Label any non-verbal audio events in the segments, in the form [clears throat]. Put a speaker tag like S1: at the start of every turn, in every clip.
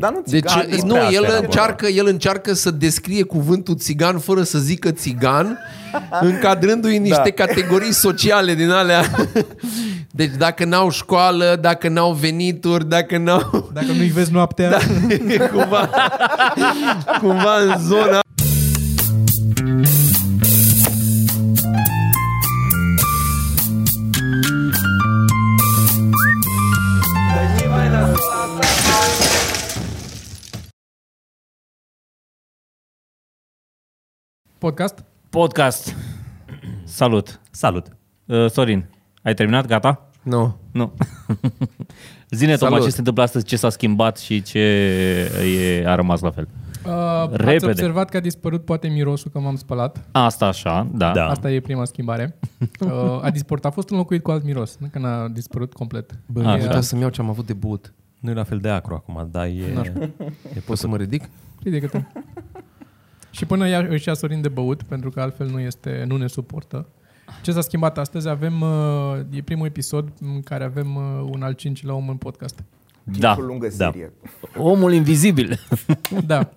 S1: Dar nu
S2: Deci,
S1: țigan, despre
S2: nu,
S1: asta
S2: el
S1: era vorba.
S2: încearcă, el încearcă să descrie cuvântul țigan fără să zică
S1: [laughs]
S2: țigan, încadrându-i în niște
S1: Da.
S2: categorii sociale din alea. [laughs] Deci dacă n-au școală, dacă n-au venituri, dacă n-au...
S3: Dacă nu-i
S2: [laughs]
S3: vezi noaptea, [laughs] da.
S2: cumva, cumva în zona...
S3: podcast,
S4: Podcast. Salut.
S5: Salut!
S4: Uh, Sorin, ai terminat? Gata?
S2: Nu. No.
S4: Nu. [laughs] Zine, Toma,
S2: Salut.
S4: ce se întâmplă astăzi, ce s-a schimbat și ce e, a rămas la fel.
S3: uh, ați
S4: Repede.
S3: observat că a dispărut poate mirosul că m-am spălat.
S4: Asta așa, da.
S5: Da.
S3: Asta e prima
S4: [laughs]
S3: schimbare. Uh, a dispărut, a fost înlocuit cu alt miros, nu că n-a dispărut complet.
S2: Bă,
S4: Așa.
S2: mi-a dat să-mi iau ce am avut de băut.
S5: Nu e la fel de acru acum, dar e...
S4: Da.
S2: Poți să mă ridic?
S3: Ridică-te. Și până ia, își ia Sorin de băut, pentru că altfel nu, este, nu ne suportă. Ce s-a schimbat astăzi? Avem, uh, e primul episod în care avem uh, un al cincilea om în podcast.
S4: da.
S1: Cu lungă
S5: Da.
S1: serie.
S4: Omul invizibil. [laughs]
S3: Da.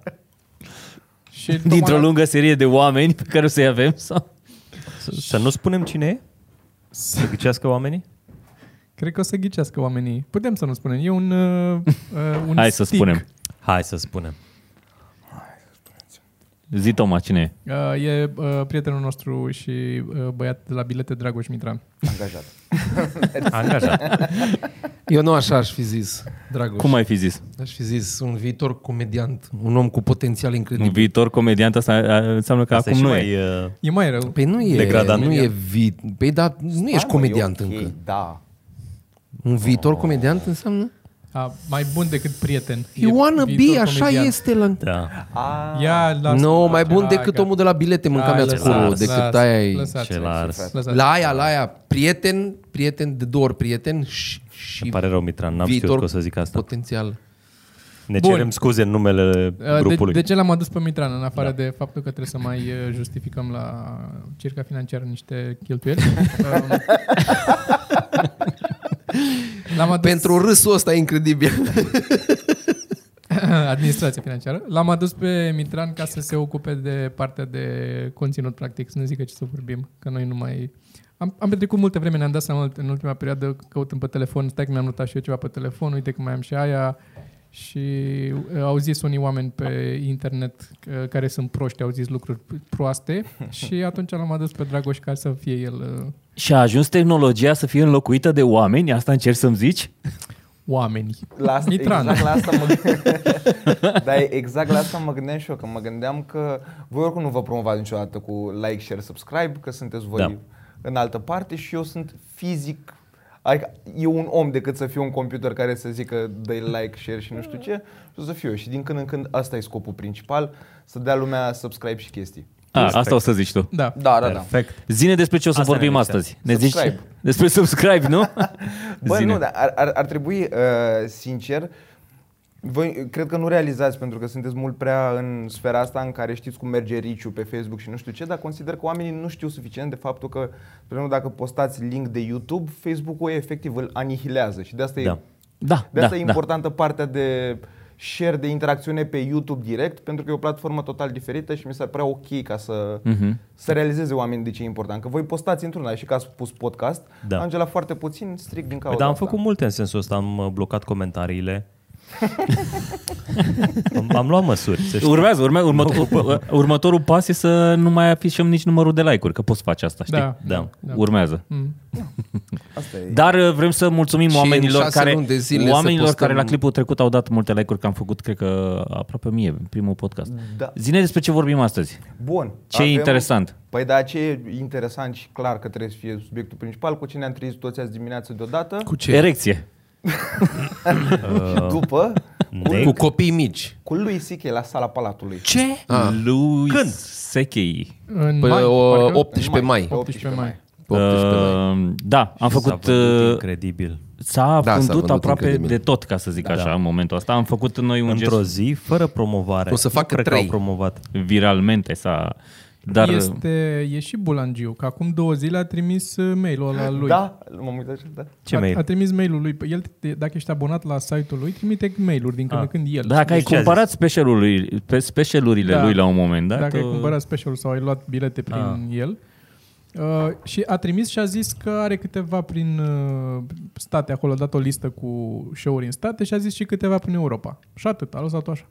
S3: Și tocmai-
S4: Dintr-o lungă serie de oameni pe care o să-i avem. Sau?
S5: Să- Să nu spunem cine e? Să ghicească oamenii?
S3: Cred că o să ghicească oamenii. Putem să nu spunem. E un, uh, uh, un
S4: Hai să
S3: stick.
S4: spunem.
S5: Hai să spunem.
S4: Zi, Toma, cine e?
S3: Uh, e uh, prietenul nostru și uh, băiat de la bilete, Dragoș Mitran.
S1: Angajat.
S5: Angajat.
S2: Eu nu așa aș fi zis, Dragoș.
S4: Cum ai fi zis?
S2: Aș fi zis un viitor comediant, un om cu potențial
S4: Un
S2: incredibil.
S4: viitor comediant asta a- înseamnă că
S5: Asta
S4: acum nu e.
S5: mai, uh,
S3: E mai rău.
S2: Păi nu e,
S5: Degradant.
S2: nu e vi... Păi da, nu ești
S1: Da, mă,
S2: comediant
S1: e ok,
S2: încă.
S1: Da.
S2: Un viitor comediant înseamnă?
S3: A, mai bun decât prieten. E
S2: You wanna be,
S3: viitor
S2: așa
S3: comedian.
S2: este la...
S5: Da,
S3: Ia,
S2: Nu,
S3: lasă,
S2: no, mai
S3: lasă,
S2: bun
S3: hai,
S2: decât
S3: gata.
S2: omul de la bilete mânca mea
S3: Hai,
S2: țurul,
S3: lăsați,
S2: decât
S3: lăsați,
S2: aia e...
S3: lăsați.
S5: celălalt.
S3: Lăsați.
S2: La aia, la aia, prieten, prieten, de două ori prieten și,
S5: Îmi
S2: și
S5: pare rău, Mitran, n-am
S2: viitor
S5: știut că o să zic asta.
S2: potențial.
S5: Ne
S3: Bun.
S5: cerem scuze în numele
S3: Uh, De,
S5: grupului.
S3: de ce l-am adus pe Mitran, în afară da. de faptul că trebuie să mai uh, justificăm la circa financiar niște
S2: [laughs]
S3: cheltuieli? Um, [laughs] l-am adus
S2: Pentru râsul ăsta incredibil.
S3: [laughs] administrația financiară. L-am adus pe Mitran ca să se ocupe de partea de conținut, practic, să ne zică ce să vorbim, că noi nu mai... Am, am petrecut multe vreme, ne-am dat seama în- în ultima perioadă, căutând pe telefon, stai că mi-am notat și eu ceva pe telefon, uite că mai am și aia. Și uh, au zis unii oameni pe internet uh, care sunt proști, au zis lucruri
S1: [laughs]
S3: proaste și atunci l-am adus pe Dragoș ca să fie el uh,
S4: Și a ajuns tehnologia să fie înlocuită de oameni? Asta încerci să-mi zici?
S3: oamenii.
S1: La asta,
S3: Mitran.
S1: exact la asta mă [laughs] Dar e exact la asta mă gândeam și eu, că mă gândeam că voi oricum nu vă promovați niciodată cu like, share, subscribe, că sunteți voi
S5: Da.
S1: da. în altă parte și eu sunt fizic Adică e un om decât să fiu un computer care să zică dă like, share și nu știu ce, o să fiu eu. Și din când în când asta e scopul principal, să dea lumea subscribe și chestii.
S4: A, Ah, asta o să zici tu.
S3: Da.
S1: Da, da, da.
S5: Perfect.
S4: Zine despre ce o să
S5: Asta
S4: vorbim
S5: ne-a
S4: astăzi. Ne zici
S1: Subscribe.
S4: despre subscribe, nu?
S1: [laughs] Bă,
S4: Zine.
S1: nu, dar ar, ar, ar trebui, uh, sincer, voi cred că nu realizați pentru că sunteți mult prea în sfera asta în care știți cum merge riciu pe Facebook și nu știu ce, dar consider că oamenii nu știu suficient de faptul că, spre exemplu, dacă postați link de YouTube, Facebook-ul efectiv îl anihilează și de asta
S5: Da.
S1: e
S4: Da,
S1: de
S4: da,
S1: asta
S4: da.
S1: e importantă partea de share, de interacțiune pe YouTube direct, pentru că e o platformă total diferită și mi s-ar părea ok ca să, uh-huh. să realizeze oamenii de ce e important. Că voi postați într-una și că ați pus podcast,
S5: Da.
S1: da. Angela foarte puțin strict din cauza
S5: Păi, dar am
S1: asta.
S5: făcut multe în sensul ăsta, am uh, blocat
S3: [laughs]
S5: comentariile. am, am luat măsuri, să știi.
S4: Urmează, urmează următor, [laughs] următorul pas e să nu mai afișăm nici numărul de like-uri, că poți face asta, știi?
S3: Da.
S5: Da.
S4: Urmează.
S3: Mm.
S1: Asta e.
S4: Dar uh, vrem să mulțumim
S2: Și în
S4: oamenilor
S2: șase
S4: care
S2: luni de zile să
S4: oamenilor
S2: postăm-
S4: care la clipul trecut au dat multe like-uri, că am făcut cred că aproape 1000 în primul podcast.
S1: Da.
S4: Zine despre ce vorbim astăzi.
S1: Bun.
S4: Ce e interesant?
S1: Păi da, ce e interesant și clar că trebuie să fie subiectul principal, cu ce ne-am trezit toți azi dimineață deodată cu,
S2: Cu ce?
S4: Erecție.
S1: [laughs] și după cu,
S2: Cu copii mici.
S1: cu lui C.K. la sala Palatului.
S4: Ce?
S2: Ah.
S4: Lui Când? Sechei.
S3: În
S2: Păi,
S3: mai,
S2: o,
S3: parcă?
S2: 18 mai.
S1: Mai.
S3: 18 mai.
S2: Pe 18 mai.
S4: Uh, da, am făcut...
S5: S-a vândut
S4: uh,
S5: incredibil.
S4: S-a
S2: Da, s-a
S4: vândut,
S2: vândut
S4: aproape
S2: incredibil.
S4: de tot, ca să zic da, așa, da. în momentul ăsta. Am făcut noi un
S5: Într-o
S4: gest
S5: zi, fără promovare.
S2: O să
S5: Nu
S2: facă
S5: cred că
S2: trei.
S5: au promovat.
S4: viralmente s-a Dar este...
S3: Este, e și Bulangiu, că acum două zile a trimis uh, mail-ul ăla lui.
S1: Da, m-am uitat și da.
S5: Ce
S3: a,
S5: mail?
S3: a trimis mail-ul lui. Păi El, te- dacă ești abonat la site-ul lui, trimite mail-uri din când în când el.
S4: Ah. dacă ai
S5: ce a
S4: cumpărat specialul lui, pe specialurile
S3: Da.
S4: da. lui la un moment dat...
S3: dacă ai
S4: uh,
S3: cumpărat specialul sau ai luat bilete prin
S4: Ah.
S3: el. Uh, și a trimis și a zis că are câteva prin uh, state acolo, a dat o listă cu show-uri în state și a zis și câteva prin Europa. Și atât, a
S2: [laughs]
S3: lăsat-o așa.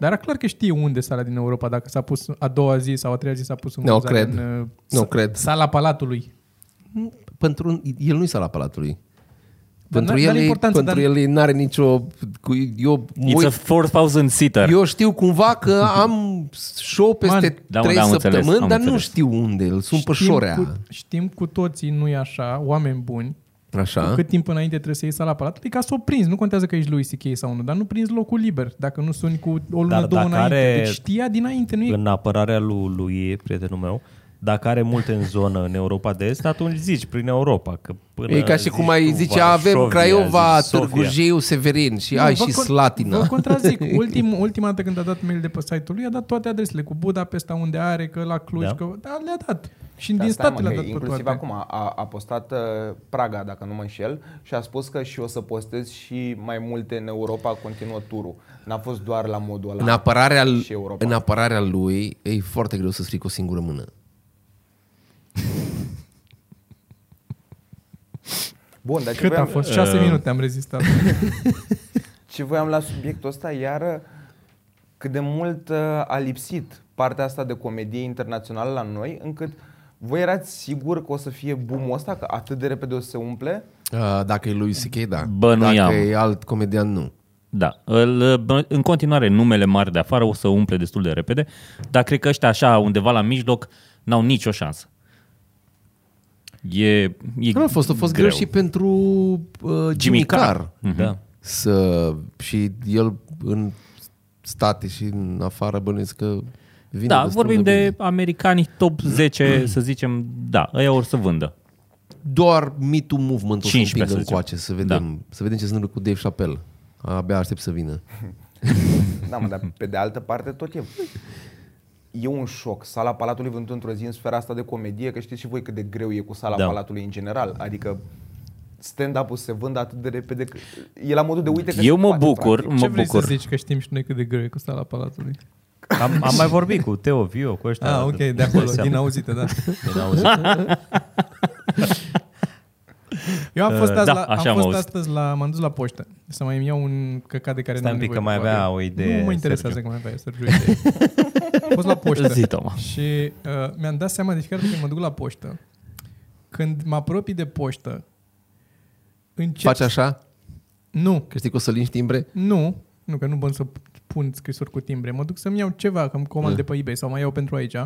S3: Dar era clar că știe unde sala din Europa, dacă s-a pus a doua zi sau a treia zi s-a pus în
S2: Nu
S3: vânzare
S2: cred.
S3: în, uh,
S2: Nu
S3: sa-
S2: cred.
S3: Sala Palatului.
S2: Pentru un- el nu-i sala palatului.
S3: Dar
S2: Pentru
S3: n-
S2: el,
S3: n-are
S2: e-
S3: importanță,
S2: pentru
S3: dar-
S2: el nu are nicio... cu- Eu,
S4: It's a
S2: uit-
S4: 4,000 seater.
S2: eu știu cumva
S4: [laughs]
S2: că am show peste
S3: Man.
S4: Da, mă,
S2: trei
S4: da, am
S2: săptămâni,
S4: înțeles, am
S2: dar nu
S4: înțeles.
S2: știu unde. Îl sun pe șorea.
S3: Știm cu, știm cu toții, nu e așa, oameni buni,
S2: Așa.
S3: Cu cât timp înainte trebuie să iei sala palatului, ca să o prinzi. Nu contează că ești lui C.K. sau nu, dar nu prinzi locul liber dacă nu suni cu o lună,
S5: Dar
S3: două
S5: dacă
S3: înainte.
S5: are-
S3: Deci știa dinainte, nu e...
S5: În apărarea lui, lui prietenul meu, dacă are multe în zonă în Europa de Est, atunci zici prin Europa. Că până
S2: E ca și
S5: zici
S2: cum ai
S5: tu,
S2: zice, avem
S5: Varșovia,
S2: Craiova,
S5: zici Sofia.
S2: Târgu Jiu, Severin și ai
S3: Nu,
S2: și
S3: vă con-
S2: Slatina.
S3: Vă
S2: [laughs]
S3: contrazic. Ultim, ultima dată când a dat mail de pe site-ul lui, a dat toate adresele cu Budapesta, unde are, că la Cluj, da.
S5: Da.
S3: că da, le-a dat. Și
S1: Da,
S3: din
S1: stai, mă,
S3: stat le-a
S1: că
S3: dat pe
S1: Inclusiv
S3: toate.
S1: acum a, a postat uh, Praga, dacă nu mă înșel, și a spus că și o să postez și mai multe în Europa, continuă turul. N-a fost doar la modul ăla.
S2: În apărarea, l-
S1: și Europa.
S2: în apărarea lui e foarte greu să stric o singură mână.
S1: Bun, dar ce
S3: Cât a
S1: voiam,
S5: uh,
S3: fost? 6 minute am
S5: [laughs]
S3: rezistat.
S1: ce voiam la subiectul ăsta, iară, cât de mult uh, a lipsit partea asta de comedie internațională la noi, încât voi erați sigur că o să fie boom ăsta, că atât de repede o să se umple?
S2: Uh, Dacă e lui C.K., da.
S4: Bă, nu
S2: Dacă
S4: i-am.
S2: e alt comedian, nu.
S4: Da, îl, bă, în continuare numele mari de afară o să umple destul de repede, dar cred că ăștia așa undeva la mijloc n-au nicio șansă. E, e
S2: Nu a fost, a fost greu, greu și pentru uh, Jimmy Carr.
S4: Da.
S2: Să, și el în state și în afară bănuiesc că vine
S4: Da,
S2: destul
S4: vorbim
S2: de, bine.
S4: de americani top 10, să zicem, da, ăia or să vândă.
S2: doar Me Too Movement o să
S4: 15,
S2: împingă
S4: să zicem.
S2: încoace, să vedem, da. să vedem ce se întâmplă cu Dave Chappelle. Abia aștept să vină.
S1: Da, mă, dar pe de altă parte tot e... E un șoc. Sala Palatului vândut într-o zi în sfera asta de comedie, că știți și voi cât de greu e cu Sala da.
S4: Da.
S1: Palatului în general. Adică stand-up-ul se vând atât de repede că... E la modul de uite că
S4: Eu
S1: se
S4: mă
S1: poate,
S4: bucur,
S1: practic.
S4: mă
S3: Ce vrei să
S4: bucur.
S3: zici? Că știm și noi cât de greu e cu sala palatului.
S5: Am, am mai vorbit cu Teo Vio, cu ăștia.
S3: Ah, ok, de acolo, din auzite, da.
S5: Din
S3: [laughs]
S5: auzit.
S3: Eu am fost,
S4: Uh,
S3: azi
S4: da,
S3: la, am
S4: așa am
S3: fost
S4: auzit.
S3: astăzi la, m-am dus la poștă să mai îmi iau un căcat de care
S5: Stai
S3: n-am
S5: un pic,
S3: nevoie
S5: că mai
S3: probabil.
S5: avea o idee,
S3: Nu mă interesează
S5: Sergiu.
S3: că mai avea Sergiu idee. am
S5: [laughs]
S3: fost la poștă
S4: Zi, Toma.
S3: și uh, mi-am dat seama de fiecare dată când mă duc la poștă, când mă apropii de poștă, încep...
S2: Faci așa?
S3: Nu,
S2: Că știi că o să linși timbre?
S3: nu, nu, că nu bun să pun scrisuri cu timbre. Mă duc să-mi iau ceva, că îmi comand de pe eBay sau mai iau pentru aici.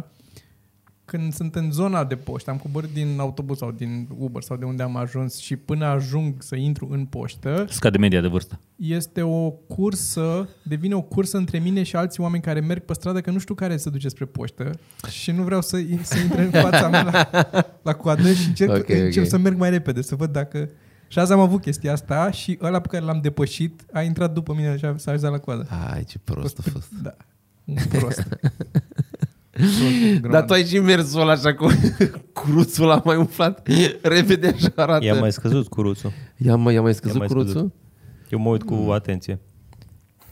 S3: Când sunt în zona de poștă, am coborât din autobuz sau din Uber sau de unde am ajuns și până ajung să intru în poștă,
S4: Scade media de vârstă.
S3: este o cursă, devine o cursă între mine și alții oameni care merg pe stradă, că nu știu care se duce spre poștă și nu vreau să, să intre în fața mea la,
S2: [laughs]
S3: la coadă și încerc,
S2: Ok,
S3: okay, încerc
S2: ok.
S3: okay. să merg mai repede, să văd dacă... Și azi am avut chestia asta și ăla pe care l-am depășit a intrat după mine și a- s-a ajuns la coadă.
S2: Ai, ce prost a fost.
S3: Da. Un
S2: [laughs]
S3: prost. prost
S2: Dar tu ai și mersul ăla așa cu [laughs] cruțul a mai umflat repede așa arată.
S5: I-a mai scăzut curuțul.
S2: i-a mai, i-a mai scăzut
S5: I-a mai
S2: cruțul?
S5: scăzut. Eu mă uit cu
S3: Hmm.
S5: atenție.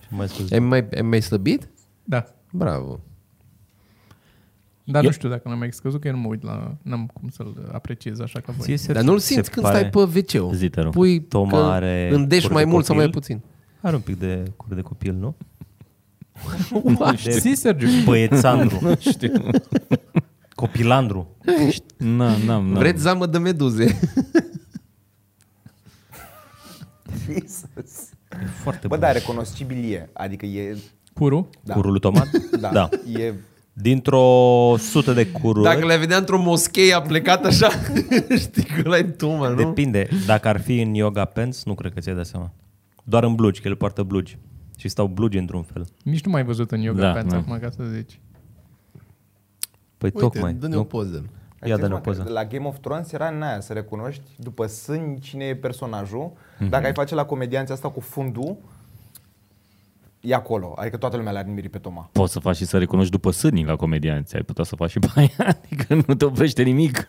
S5: Și mai scăzut.
S2: Ai mai, ai mai slăbit?
S3: Da.
S2: Bravo.
S3: Dar
S4: Eu-
S3: nu știu dacă l-am mai scăzut, că eu nu mă uit la... N-am cum să-l apreciez așa ca voi.
S5: Ție, Sergiu,
S2: Dar nu-l
S5: ți se
S2: simți când
S5: pare-
S2: stai pe wc
S4: Zi, te rog.
S2: Pui
S5: Toma
S2: că
S5: are
S2: îndeși
S5: cur
S2: mai
S5: de
S2: mult sau mai
S5: copil?
S2: puțin.
S5: Are un pic de cur de copil, nu?
S3: Zi, Sergiu. [laughs]
S5: Băiețandru. știu. Copilandru.
S4: Na, na,
S5: Da.
S4: na.
S2: Vreți zamă de meduze.
S1: [laughs] Jesus.
S5: Foarte
S1: Bă,
S5: bun.
S1: dar recunoscibilie. Adică e...
S3: Curu?
S1: Da.
S5: Curul lui Tomat?
S1: Da.
S5: da.
S1: E...
S5: Dintr-o sută de cururi,
S2: Dacă le vedea într-o moschee, a plecat așa, [laughs] știi că ăla e Toma, nu?
S5: depinde. Dacă ar fi în yoga pants, nu cred că ți-ai dat seama. Doar în blugi, că el poartă blugi. Și stau blugi într-un fel.
S3: Nici nu m-ai văzut în yoga da,
S4: Da,
S3: pants
S4: da.
S3: acum, ca să zici.
S5: Păi
S2: Uite,
S5: tocmai.
S2: dă-ne o
S5: nu?
S2: poză.
S5: Ia
S1: Știți,
S5: dă-ne o
S1: mă, că
S5: poză.
S1: La Game of Thrones era în aia să recunoști după sâni cine e personajul. Dacă ai face la comedianți asta cu fundul, e acolo. Adică toată lumea l-ar admiri pe Toma.
S4: Poți să faci și să recunoști după sânii la comedianți. Ai putea să faci și pe aia. Adică nu te oprește nimic.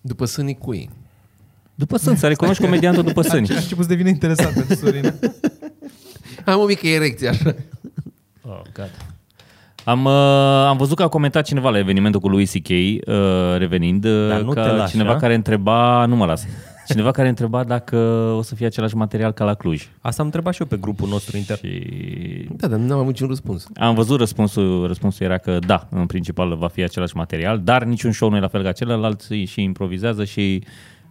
S2: După sânii cui?
S4: După sâni, să recunoști comediantul după [laughs] sâni.
S3: A început să devină interesant pentru Sorin.
S2: Am o mică erecție așa.
S4: Oh, God. Am, uh, am văzut că a comentat cineva la evenimentul cu lui C.K. Uh, revenind,
S5: Dar nu
S4: uh,
S5: te
S4: că
S5: lași,
S4: cineva
S5: a?
S4: care întreba, nu mă las, cineva care întreba dacă o să fie același material ca la Cluj.
S5: Asta am întrebat și eu pe grupul nostru inter...
S4: Și
S2: Da, dar n-am avut niciun răspuns.
S4: Am văzut răspunsul, răspunsul era că da, în principal va fi același material, dar niciun show nu e la fel ca celălalt, și- și improvizează și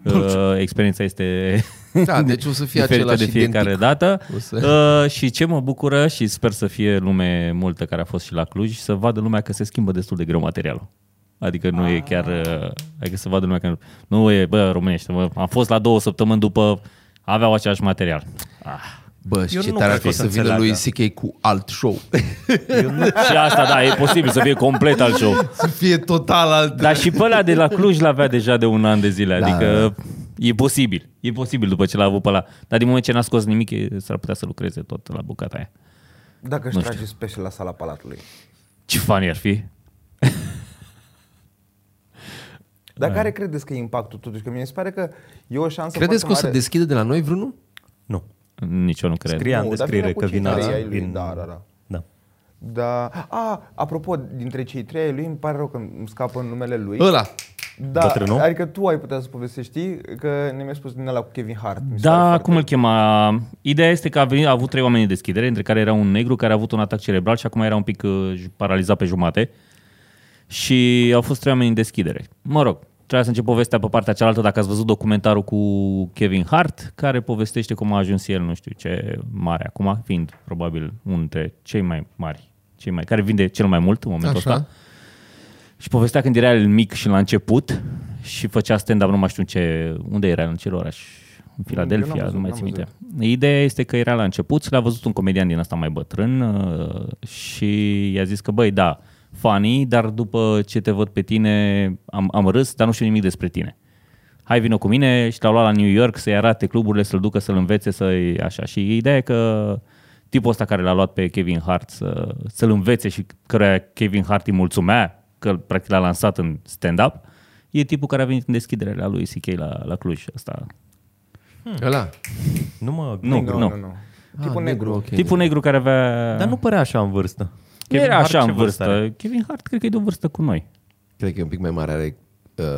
S4: uh, experiența este
S2: [laughs] Da, deci o să fie
S4: diferită
S2: același
S4: de fiecare
S2: identic.
S4: dată.
S2: O să-
S4: Să... Uh, și ce mă bucură și sper să fie lume multă care a fost și la Cluj, să vadă lumea că se schimbă destul de greu materialul. Adică nu e chiar,
S2: Ah.
S4: uh, adică să vadă lumea că nu, nu e, bă, românește, mă, am fost la două săptămâni după, aveau același material.
S2: Bă, și
S5: Eu
S2: ce
S5: nu
S2: tare ar
S5: cred că
S2: fi
S5: o
S2: să
S5: să
S2: vină lui C.K. cu alt show. [laughs]
S4: și asta, da, e posibil să fie complet alt show.
S2: să fie total alt.
S5: Da.
S4: Dar și pe ăla de la Cluj l-avea deja de un an de zile,
S2: Da.
S4: adică e posibil. E posibil după ce l-a avut pe ăla. Dar din moment ce n-a scos nimic, e- s-ar putea să lucreze tot la bucata aia.
S1: Dacă își
S4: Nu
S1: trage special la sala palatului.
S4: Ce funny ar fi?
S1: Dar care credeți că e impactul totuși? Că mi se pare că e o șansă
S2: Credeți că o
S1: foarte
S2: să
S1: mare.
S2: deschidă de la noi vreunul?
S5: Nu.
S4: Nici eu nu cred.
S5: Scria în
S1: Nu, dar
S5: descriere
S1: vine cu
S5: că
S1: cei
S5: vin
S1: trei
S5: alții.
S1: ai lui,
S5: Vin-
S1: da, da, da.
S5: da.
S1: Da. A, apropo, dintre cei trei ai lui, îmi pare rău că îmi scapă numele lui.
S2: Ăla.
S1: Da,
S5: Bătrânul?
S1: adică tu ai putea să povestești, știi? Că ne mi-ai spus din ăla cu Kevin Hart. Mi se pare
S4: Da,
S1: foarte-
S4: cum îl chema? Ideea este că a, venit, a avut trei oameni de deschidere, între care era un negru care a avut un atac cerebral și acum era un pic uh, j- paralizat pe jumate. Și au fost trei oameni în deschidere. Mă rog, trebuie să încep povestea pe partea cealaltă dacă ați văzut documentarul cu Kevin Hart, care povestește cum a ajuns el, nu știu ce, mare acum, fiind probabil unul dintre cei mai mari, cei mai, care vinde cel mai mult în momentul
S2: Așa.
S4: ăsta. Și povestea când era el mic și la început și făcea stand-up, nu mai știu în ce, unde era, în ce oraș, în
S1: Eu
S4: Philadelphia,
S1: n-am
S4: nu mai
S1: văzut,
S4: țin
S1: n-am
S4: minte. Ideea este că era la început și l-a văzut un comedian din asta mai bătrân uh, și i-a zis că, băi, da, funny, dar după ce te văd pe tine am, am râs, dar nu știu nimic despre tine. Hai, vină cu mine și l-au luat la New York să-i arate cluburile, să-l ducă, să-l învețe, să-i așa. Și ideea e că tipul ăsta care l-a luat pe Kevin Hart să, să-l învețe și căruia Kevin Hart îi mulțumea că practic l-a lansat în stand-up, e tipul care a venit în deschidere la lui C.K. la, la Cluj. Asta.
S5: Hmm.
S2: Ăla. Ah,
S5: Nu mă...
S4: Nu, nu.
S1: Păi, Nu, nu, nu. Tipul negru.
S2: ok.
S4: Tipul negru care avea...
S5: Dar nu părea așa în vârstă.
S4: nu Da, era
S5: Hart
S4: așa
S5: ce
S4: în vârstă.
S5: are?
S4: Kevin Hart cred că e de o vârstă cu noi.
S2: Cred că e un pic mai mare, are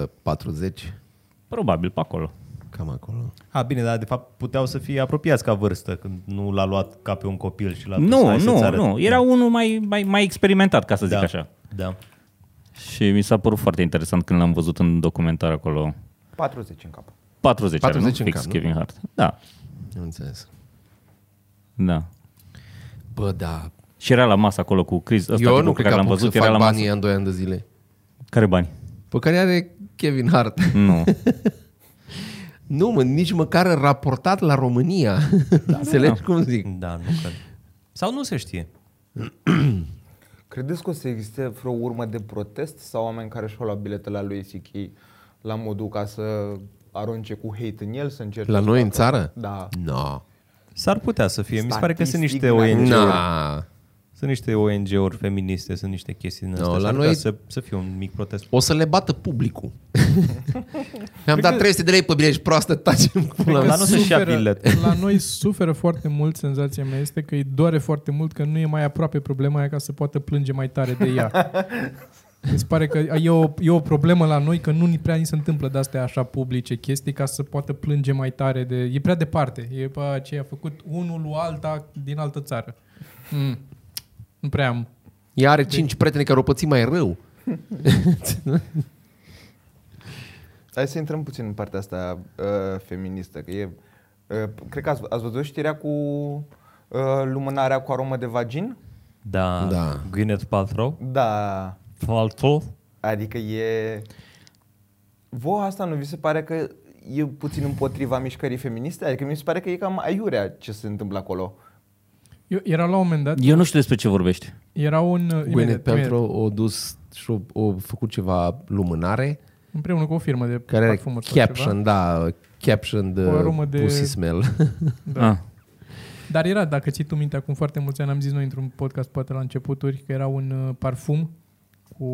S2: uh, 40.
S4: Probabil, pe acolo.
S2: Cam acolo.
S5: A, bine, dar de fapt puteau să fie apropiați ca vârstă, când nu l-a luat ca pe un copil și l-a dus,
S4: Nu,
S5: "Hai să-ți
S4: nu,
S5: arăt."
S4: nu. Era unul mai, mai, mai experimentat, ca să zic
S5: da.
S4: așa.
S5: Da.
S4: Și mi s-a părut foarte interesant când l-am văzut în documentar acolo.
S1: 40 în cap.
S4: 40, 40
S2: 40
S4: nu?
S2: în
S4: Fix
S2: cap, nu?
S4: Kevin Hart. Da,
S2: Am înțeles.
S4: da.
S2: Bă, da.
S4: Și era la masă acolo cu Chris. Ăsta
S2: Eu
S4: tipul
S2: nu
S4: pe
S2: cred
S4: care
S2: că
S4: l-am
S2: am
S4: văzut,
S2: să
S4: era
S2: fac
S4: la masă.
S2: banii în 2 ani de zile.
S4: Care bani?
S2: Pe care are Kevin Hart. [laughs]
S4: Nu.
S2: Nu, mă, nici măcar raportat la România. Da, [laughs] Înțelegi cum zic?
S5: Da, nu cred. Sau nu se știe.
S1: Credeți că o să existe vreo urmă de protest sau oameni care și-au luat bilete la lui C.K. la modul ca să arunce cu hate în el, să încerce...
S2: La
S1: să
S2: noi în
S1: facă-
S2: țară?
S1: Da.
S2: No.
S5: S-ar putea să fie. Mi se pare că sunt niște
S1: Statistic,
S5: ONG-uri.
S2: Na.
S5: Sunt niște ONG-uri feministe, sunt niște chestii din astea.
S2: No,
S5: No,
S2: la
S5: la
S2: noi-
S5: noi... Să, să fie un mic protest.
S2: O să le bată
S4: [laughs]
S2: publicul. Le-am dat 300 de lei pe bine, ești proastă, taci în [laughs] pula mea.
S5: Dar nu se-și ia
S3: Suferă-
S5: bilet.
S3: La noi suferă foarte mult, senzația mea este că îi doare foarte mult că nu e mai aproape problema aia ca să poată plânge mai tare de
S2: [laughs]
S3: ea. Mi se pare că e o, e o problemă la noi că nu ni prea ni se întâmplă de astea așa publice chestii ca să poată plânge mai tare de... E prea departe. E pe ce a făcut unul lui alta din altă țară. Mm. Nu prea am.
S2: Ea are 5
S4: Deci-
S2: prieteni care o păți mai
S4: [laughs]
S2: rău. [laughs]
S1: Hai să intrăm puțin în partea asta uh, feministă, că e... Uh, cred că ați, ați văzut știrea cu uh, lumânarea cu aromă de vagin?
S5: Da.
S2: Da.
S5: Gwyneth Paltrow.
S1: Da.
S5: Paltrow.
S1: Adică e... Vouă asta nu vi se pare că e puțin împotriva mișcării feministe? Adică mi se pare că e cam aiurea ce se întâmplă acolo.
S3: Eu, era la un moment dat,
S4: [laughs] Eu nu știu despre ce vorbești.
S3: era un...
S2: Gwyneth
S3: imediat, imediat,
S2: Paltrow o dus și o, o făcut ceva lumânare
S3: împreună cu o firmă de
S2: care are
S3: parfumuri sau ceva.
S2: caption, da, caption de
S3: O aromă de-
S2: pussy smell.
S3: Da.
S4: Ah.
S3: Dar era, dacă ții tu minte, acum foarte mulți ani am zis noi într-un podcast, poate la începuturi, că era un uh, parfum cu...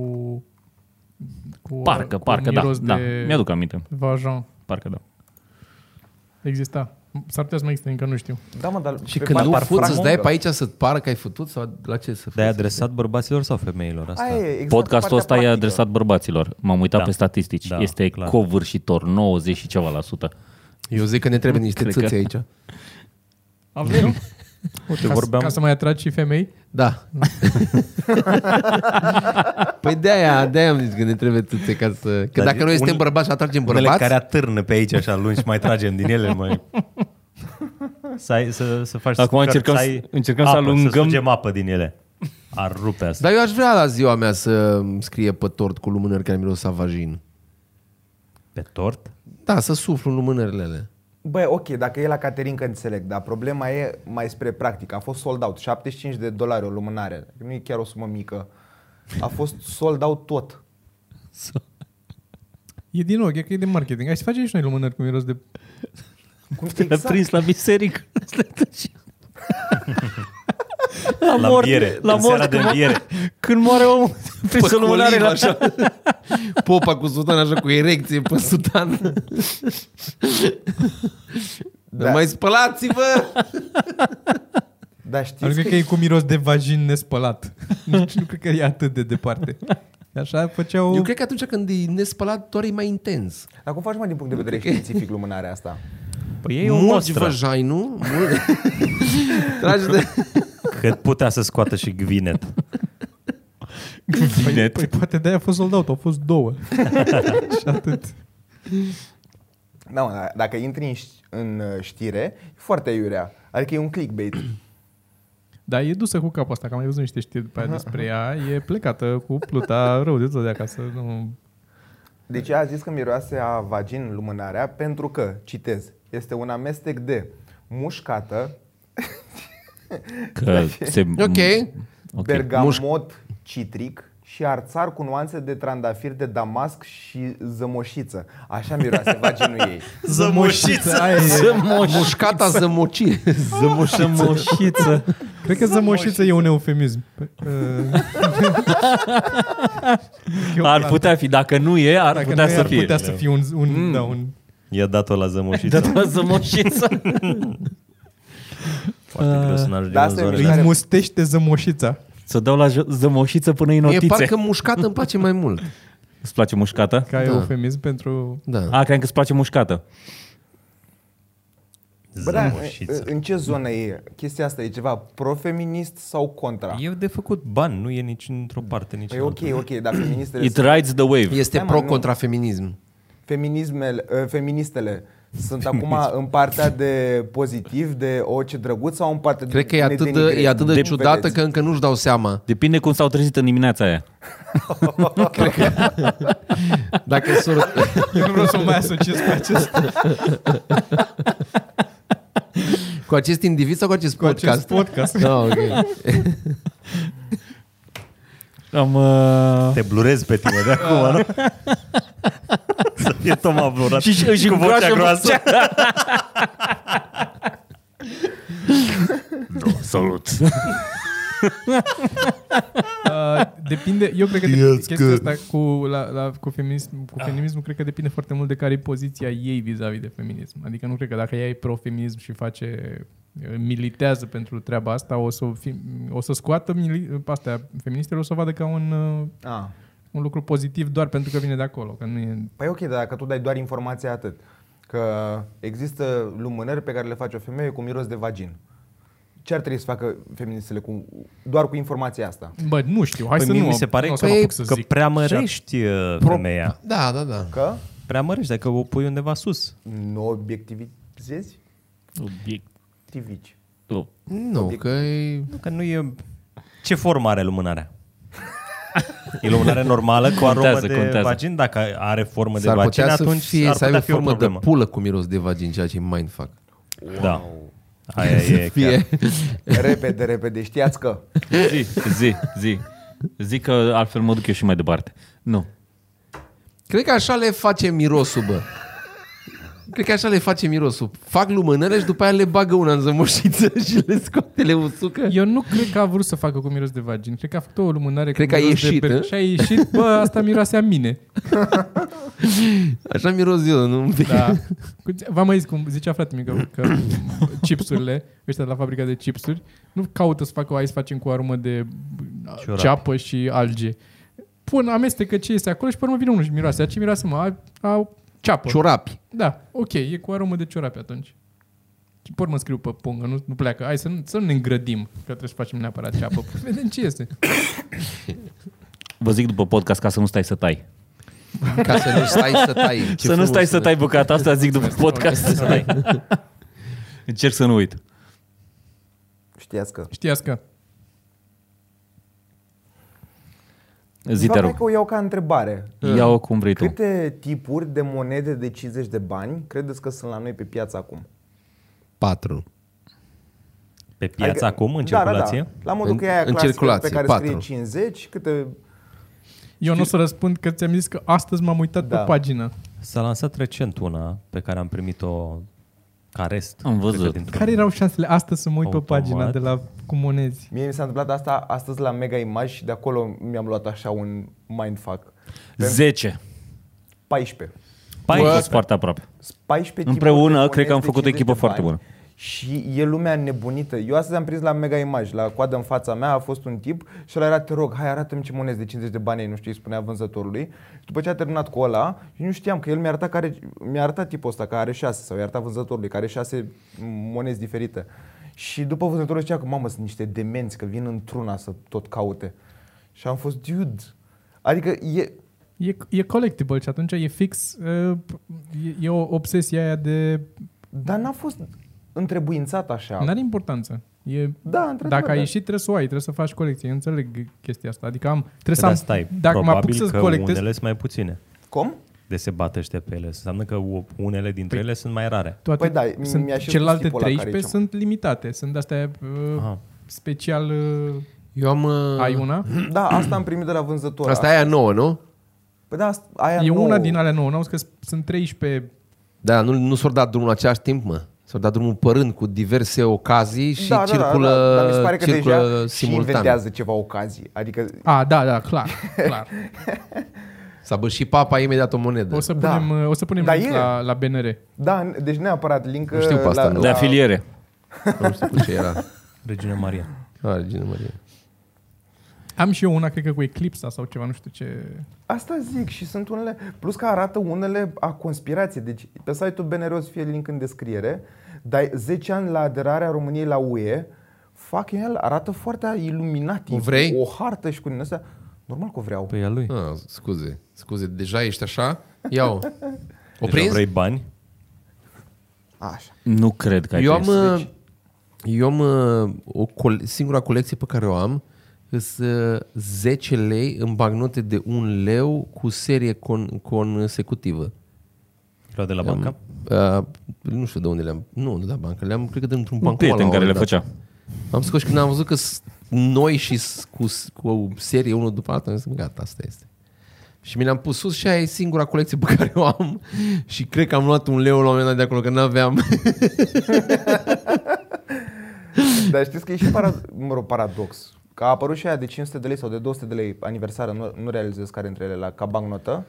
S3: cu uh,
S4: Parcă,
S3: cu
S4: parcă, da,
S3: miros
S4: da.
S3: de
S4: Mi-aduc aminte.
S3: Vajan.
S4: Parcă da.
S3: Exista. S-ar putea să mai existe, încă nu știu.
S1: Da, mă, dar...
S2: Și
S1: pe
S2: când
S1: par-
S2: nu
S1: par-
S2: fuți, îți dai
S1: fragmon,
S2: pe aici să pară că ai futut sau la ce să
S5: De-ai
S2: fuți?
S5: adresat bărbaților sau femeilor asta?
S1: Aia e, exact partea
S4: Podcastul ăsta e
S1: practică.
S4: adresat bărbăților. M-am uitat
S5: Da.
S4: pe statistici.
S5: Da,
S4: este
S5: clar.
S4: covârșitor, 90 și ceva la sută.
S5: da.
S2: Eu zic că ne trebuie niște
S4: Cred că-
S2: țâțe aici.
S3: Avem.
S5: Uite,
S3: Ca, vorbeam...
S5: vorbeam,
S3: ca să mai atragi și femei.
S2: [laughs] Da. păi de-aia, de-aia am zis că ne trebuie țâțe ca să... Că
S5: Dar
S2: dacă noi
S5: unele-
S2: suntem bărbați și atragem
S5: unele
S2: bărbați...
S5: care atârnă pe aici așa lungi și mai tragem din
S2: [laughs]
S5: ele, mai... Să, ai, să, să faci
S4: Acum
S5: să-
S4: încercăm
S5: să
S4: să-
S5: ai
S4: încercăm să
S5: apă,
S4: alungăm.
S5: Să sugem apă din ele. Ar rupe asta.
S2: Dar eu aș vrea la ziua mea să îmi scrie pe tort cu lumânări care miros a vajin.
S5: Pe tort?
S2: Da, să suflu în lumânările alea.
S1: Băi, ok, dacă e la Caterin că înțeleg, dar problema e mai spre practică. A fost sold out, 75 de dolari o lumânare. Nu e chiar o sumă mică. A fost sold out tot.
S3: E din nou, e că e de marketing. Hai să facem și noi lumânări cu miros de...
S1: Cum-
S4: Exact. prins la biserică. la,
S5: La
S4: mort,
S5: înviere,
S4: la
S5: în seara
S4: mort,
S5: de
S4: când,
S5: înviere.
S4: când moare [laughs] omul, prins o lumânare la
S2: așa. Popa cu sutan așa cu erecție pe sutan. Dar
S1: Da.
S2: mai spălați-vă!
S1: Dar știți
S3: Adică că e cu miros de vagin nespălat. [laughs] Deci nu cred că e atât de departe. Așa făceau...
S2: Eu cred că atunci când e nespălat, doar e mai intens.
S1: Dar cum faci, mă, din punct de vedere științific lumânarea asta?
S5: Păi ei o
S2: Mulți
S5: mostră.
S2: vajainul, mul... [laughs] tragi de... [laughs]
S5: Cât putea să scoată și
S3: [laughs]
S5: gvinet.
S3: Păi, păi poate de-aia a fost sold out, au fost două. și atât.
S1: Da, mă, dar dacă intri în, ș- în uh, știre, e foarte iurea. Adică e un clickbait. [clears throat]
S3: Dar e dusă cu capul asta, că am mai văzut niște știri după aia despre ea. E plecată cu [laughs] pluta rău de tot de acasă. Nu...
S1: Deci ea a zis că miroase a vagin lumânarea pentru că, citez, este un amestec de mușcată,
S4: Că se...
S2: Ok.
S1: okay.
S4: ok.
S1: bergamot citric și arțar cu nuanțe de trandafir de damasc și zămoșiță. Așa miroase vaginul
S2: [laughs]
S1: ei.
S5: Zămoșiță!
S3: Aia e.
S2: Mușcata zămoci.
S5: Zămoșiță!
S3: Cred că zămoșiță e un eufemism. [laughs] Pe- uh, Eu,
S4: Ar
S3: clar,
S4: putea fi, dacă nu e, ar
S3: dacă
S4: putea
S3: nu e,
S4: să
S3: ar
S4: fie. Mm.
S3: putea să fie un, un, da, un
S5: I-a dat-o la
S4: Da,
S5: zămoșiță.
S4: da, zămoșiță.
S5: Foarte greu să ne
S1: Da,
S5: ajungem în
S1: asta e
S5: zonele
S1: mișto.
S3: Îi
S1: care-
S3: mustește zămoșița.
S4: Să dau la jo- zămoșiță până în
S2: Mie
S4: otițe.
S2: parcă mușcată îmi place mai mult.
S4: Îți place mușcată?
S3: Ca da. eufemism pentru...
S2: Da.
S4: A, cred că îți place mușcată.
S1: Bă, da,
S5: Zămoșiță.
S1: în ce zonă e? Chestia asta e ceva profeminist sau contra?
S5: E de făcut bani, nu e nici într-o parte, nici
S1: Păi
S5: în
S1: ok,
S5: alta.
S1: ok, dar feministele
S4: It rides the wave.
S2: Este
S1: Hai, mă, nu.
S2: pro-contra feminism.
S1: feminismele, uh, feministele sunt acum în partea de pozitiv, de o ce drăguț sau în partea de
S2: Cred că e
S1: ne
S2: atât de,
S1: denigrezi,
S2: e atât de
S1: nu
S2: ciudată
S1: vedeți?
S2: că încă nu-și dau seama.
S4: Depinde cum s-au trezit în dimineața aia.
S2: Dacă sur... [laughs]
S3: Eu nu vreau să mă mai asociez cu acest,
S2: cu acest individ sau cu acest
S3: cu
S2: podcast?
S3: acest podcast.
S2: Da, ok.
S4: Am... Uh...
S5: Te blurezi pe tine de acum,
S3: [laughs]
S5: nu? Să fie Toma blurat
S4: Și- și- și
S5: cu vocea
S4: groajă
S5: groasă.
S4: Salut!
S3: Uh, depinde, eu cred că depinde chestia asta cu, la, la, cu, feminism, cu feminismul, cred că depinde foarte mult de care e poziția ei vis-a-vis de feminism. Adică nu cred că dacă ea e pro-feminism și face uh, militează pentru treaba asta, o să, fi, o să scoată mili, astea, feministele, o să o vadă ca un, uh,
S1: [laughs] Ah.
S3: un lucru pozitiv doar pentru că vine de acolo. Că nu e...
S1: Păi ok, dar dacă tu dai doar informația atât, că există lumânări pe care le face o femeie cu miros de vagin. Ce ar trebui să facă feministele cu, doar cu informația asta?
S3: Bă, nu știu, hai
S5: Păi
S3: să
S5: mie
S3: nu,
S5: mi se pare
S3: nu o să
S5: că,
S3: mă
S5: e-
S3: apuc să
S5: că
S3: zic.
S5: prea mărești uh, femeia.
S2: Da, da, da.
S1: Că
S5: Prea mărești, dacă o pui undeva sus.
S1: nu obiectivizezi?
S4: Obiect.
S1: Tivici.
S4: Oh.
S2: Nu, că e...
S5: Nu, Că nu e... Ce formă are lumânarea? E lumânare normală cu aromă
S4: Contează,
S5: de
S4: contează.
S5: vagin? Dacă are formă de
S2: S-ar
S5: vagin,
S2: putea să
S5: deci atunci
S2: fie,
S5: ar
S2: să aibă
S5: putea fi o
S2: formă de
S5: problemă.
S2: pulă cu miros de vagin, ceea ce mind fac.
S5: Da. Aia e chiar.
S2: Fie.
S1: Repede, [laughs] repede, știați că.
S4: Zi, zi, zi. Zic că altfel mă duc eu și mai departe. Nu.
S2: Cred că așa le face mirosul, bă. Cred că așa le face mirosul. Fac lumânări și după aia le bagă una în zămoșiță [laughs] și le scoate, le usucă.
S3: Eu nu cred că a vrut să facă cu miros de vagin. Cred că a făcut o lumânare
S2: Cred
S3: cu
S2: că a
S3: miros de
S2: ieșit,
S5: ă?
S3: ber-
S2: eh?
S3: Și a ieșit, bă, asta miroase a mine.
S2: Așa miros eu, nu?
S3: Da. [laughs] Cu- V-am mai zis, cum zicea frate mică, că chipsurile, ăștia de la fabrica de chipsuri, nu caută să facă o ice facem cu aromă de
S5: Ciorap.
S3: ceapă și alge. Pun, amestecă ce este acolo și pe urmă vine unul și miroase. A ce miroase, mă? A, a ceapă.
S2: Ciorapi.
S3: Da, ok, e cu aromă de ciorapi atunci. Și pe urmă scriu pe pungă, nu, nu pleacă. Hai să nu, să nu ne îngrădim, că trebuie să facem neapărat ceapă. Vedem ce este.
S4: Vă zic după podcast ca să nu stai să tai.
S2: Ca să nu stai să tai. Ce
S4: să nu
S2: frumos
S4: stai să
S2: sună.
S4: tai bucata asta, zic după podcast să tai. Încerc să nu uit.
S1: Știați că...
S3: Știați că
S4: Zi, te
S1: Vreau
S4: rog.
S1: că o iau ca întrebare.
S4: Ia-o cum vrei tu.
S1: Câte tipuri de monede de 50 de bani credeți că sunt la noi pe piață acum?
S2: Patru.
S5: Pe piața
S1: Adică-
S5: acum, în
S1: Da, da,
S5: circulație?
S1: Da, La modul
S2: În-
S1: că e aia
S2: în
S1: clasică
S2: circulație,
S1: pe care scrie
S2: patru.
S1: 50, câte...
S3: eu nu o să răspund că ți-am zis că astăzi m-am uitat
S1: Da.
S3: pe pagină.
S5: S-a lansat recent una pe care am primit-o ca rest.
S4: Am văzut.
S5: cred că, dintr-un-
S3: Care erau șansele astăzi să mă uit pe
S5: Automat.
S3: pagina de la Cumonezi?
S1: Mie mi s-a întâmplat asta astăzi la Mega Image și de acolo mi-am luat așa un mindfuck.
S4: 10.
S1: 14.
S4: Pai,
S2: Bă,
S4: a fost foarte aproape.
S1: 14 tipuri
S4: Împreună,
S1: de
S4: cred că am
S1: monede de
S4: făcut o
S1: 50
S4: echipă
S1: de
S4: foarte
S1: bani
S4: bună.
S1: Și e lumea nebunită. Eu astăzi am prins la Mega Image, la coadă în fața mea, a fost un tip și ăla era, te rog, hai arată-mi ce monezi de 50 de bani, ai", nu știu, îi spunea vânzătorului. Și după ce a terminat cu ăla, eu nu știam că el mi-a arătat, care, mi-a arătat tipul ăsta care are 6 sau i-a arătat vânzătorului care are 6 monezi diferite. Și după vânzătorul zicea că, mamă, sunt niște demenți, că vin într-una să tot caute. Și am fost, dude, adică e,
S3: E, e collectible și atunci e fix, uh, e, e o obsesie aia de...
S5: Da.
S1: dar n-a fost întrebuințat așa.
S3: N-are importanță. E,
S1: Da, într-adevăr,
S3: dacă ai
S1: da.
S3: ieșit, trebuie să o ai, trebuie să faci colecție. Eu înțeleg chestia asta. Adică am, trebuie să
S5: Da,
S3: am...
S5: stai,
S3: dacă mă apuc
S5: probabil
S3: să
S5: că
S3: colectez,
S5: unele sunt mai puține
S1: Cum?
S5: de se bată ăștia pe ele. Înseamnă că o- unele dintre
S2: Păi-
S5: ele sunt mai rare.
S3: Toate
S1: Păi da, mi-a
S3: sunt,
S1: și
S3: celelalte
S1: tipul ăla care e
S3: 13
S1: cea mai-
S3: sunt limitate. Sunt astea uh,
S5: Aha.
S3: special... Uh,
S2: Eu am... uh,
S3: ai una?
S1: [clears throat] Da, asta am primit de la vânzător.
S2: Asta e aia nouă, nu?
S1: Păi da, asta- aia
S3: E
S1: nouă.
S3: una din alea nouă. N-au zis că s- sunt 13...
S2: Da, nu, nu s-au dat drumul în același timp, mă. S-au dat drumul părând cu diverse ocazii și
S1: da,
S2: circulă,
S1: da, da, da, dar mi se pare că
S2: circulă
S1: deja și
S2: simultan.
S1: inventează ceva ocazii. Adică
S3: A, da, da, clar.
S1: [laughs]
S3: clar.
S2: S-a băt și papa imediat o monedă.
S3: O să
S1: Da.
S3: punem, uh, o să punem
S1: Da,
S3: link
S1: e.
S3: la, la BNR.
S1: da, n- deci neapărat link
S2: Nu știu pe asta,
S1: la,
S2: nu.
S4: De
S1: la,
S4: afiliere.
S2: Nu știu cu ce
S4: [laughs]
S2: era.
S5: Regina Maria.
S2: Are gine Maria.
S3: Am și eu una, cred că cu Eclipsa sau ceva, nu știu ce...
S1: Asta zic și sunt unele, plus că arată unele a conspirație. Deci pe site-ul BNR o să fie link în descriere, dar 10 ani la aderarea României la UE, fac el, arată foarte iluminativ.
S2: O vrei?
S1: O hartă și cu din astea. Normal că o vreau.
S5: Păi a lui.
S2: Ah, scuze, scuze, deja ești așa? Ia-o. O
S5: Deja
S2: prins?
S5: Vrei bani?
S1: Așa.
S4: Nu cred că ai
S2: Eu am,
S4: prins.
S2: uh, eu am uh, o col- singura colecție pe care o am sunt 10 lei în bagnote de 1 leu cu serie con- consecutivă.
S5: Lua de la banca?
S2: Uh, nu știu de unde le-am. Nu, de la bancă. Le-am, cred că, de într-un
S4: Un
S2: bancomat. la
S4: prieten
S2: un
S4: care le
S2: moment dat.
S4: făcea.
S2: Am scos și când am văzut că s- noi și s- cu, s- cu serie unul după alta, am zis, gata, asta este. Și mi le-am pus sus și aia e singura colecție pe [laughs] care o am și cred că am luat un leu la un moment dat de acolo, că
S3: [laughs]
S2: n-aveam.
S1: Dar știți că e și parad- mă rog, paradox. Că a apărut și aia de 500 de lei sau de 200 de lei aniversară, nu, nu realizez care între ele, la, ca bancnotă,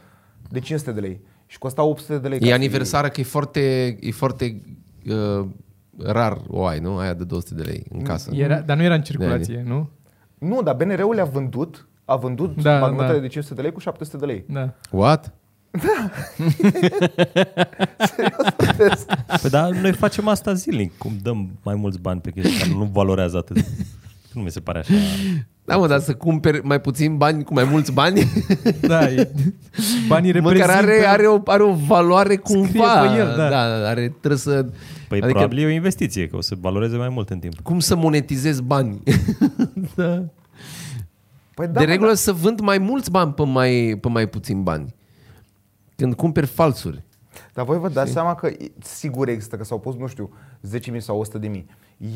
S1: de 500 de lei. Și costa 800 de lei. ca
S2: E
S1: să-
S2: aniversară că e foarte, e foarte uh, rar o ai, nu? Aia de 200 de lei în casă.
S3: Era, dar nu era în
S2: Da,
S3: circulație, nu?
S1: Nu, dar BNR-ul le-a vândut, a vândut
S3: Da,
S1: da, bancnotele
S3: da.
S1: de 500 de lei cu 700 de lei.
S3: Da.
S2: What?
S5: Păi da, noi facem asta zilnic. Cum dăm mai mulți bani pe chestii care nu valorează atât. Nu mi se pare așa.
S2: Da, mă, dar să cumperi mai puțin bani cu mai mulți
S3: [laughs]
S2: bani,
S3: Da,
S2: [laughs]
S3: e, banii reprezintă...
S2: măcar are, are, o, are o valoare cumva.
S3: pe el, da.
S2: da are, trebuie să...
S5: Păi adică... probabil e o investiție, că o să valoreze mai mult în timp.
S2: cum să monetizez bani? da.
S1: Păi
S3: Da,
S2: De regulă să vând mai mulți bani pe mai, pe mai puțin bani. Când cumperi falsuri.
S1: Dar voi vă dați seama că e- sigur există, că s-au pus, nu știu, 10.000 sau 100.000.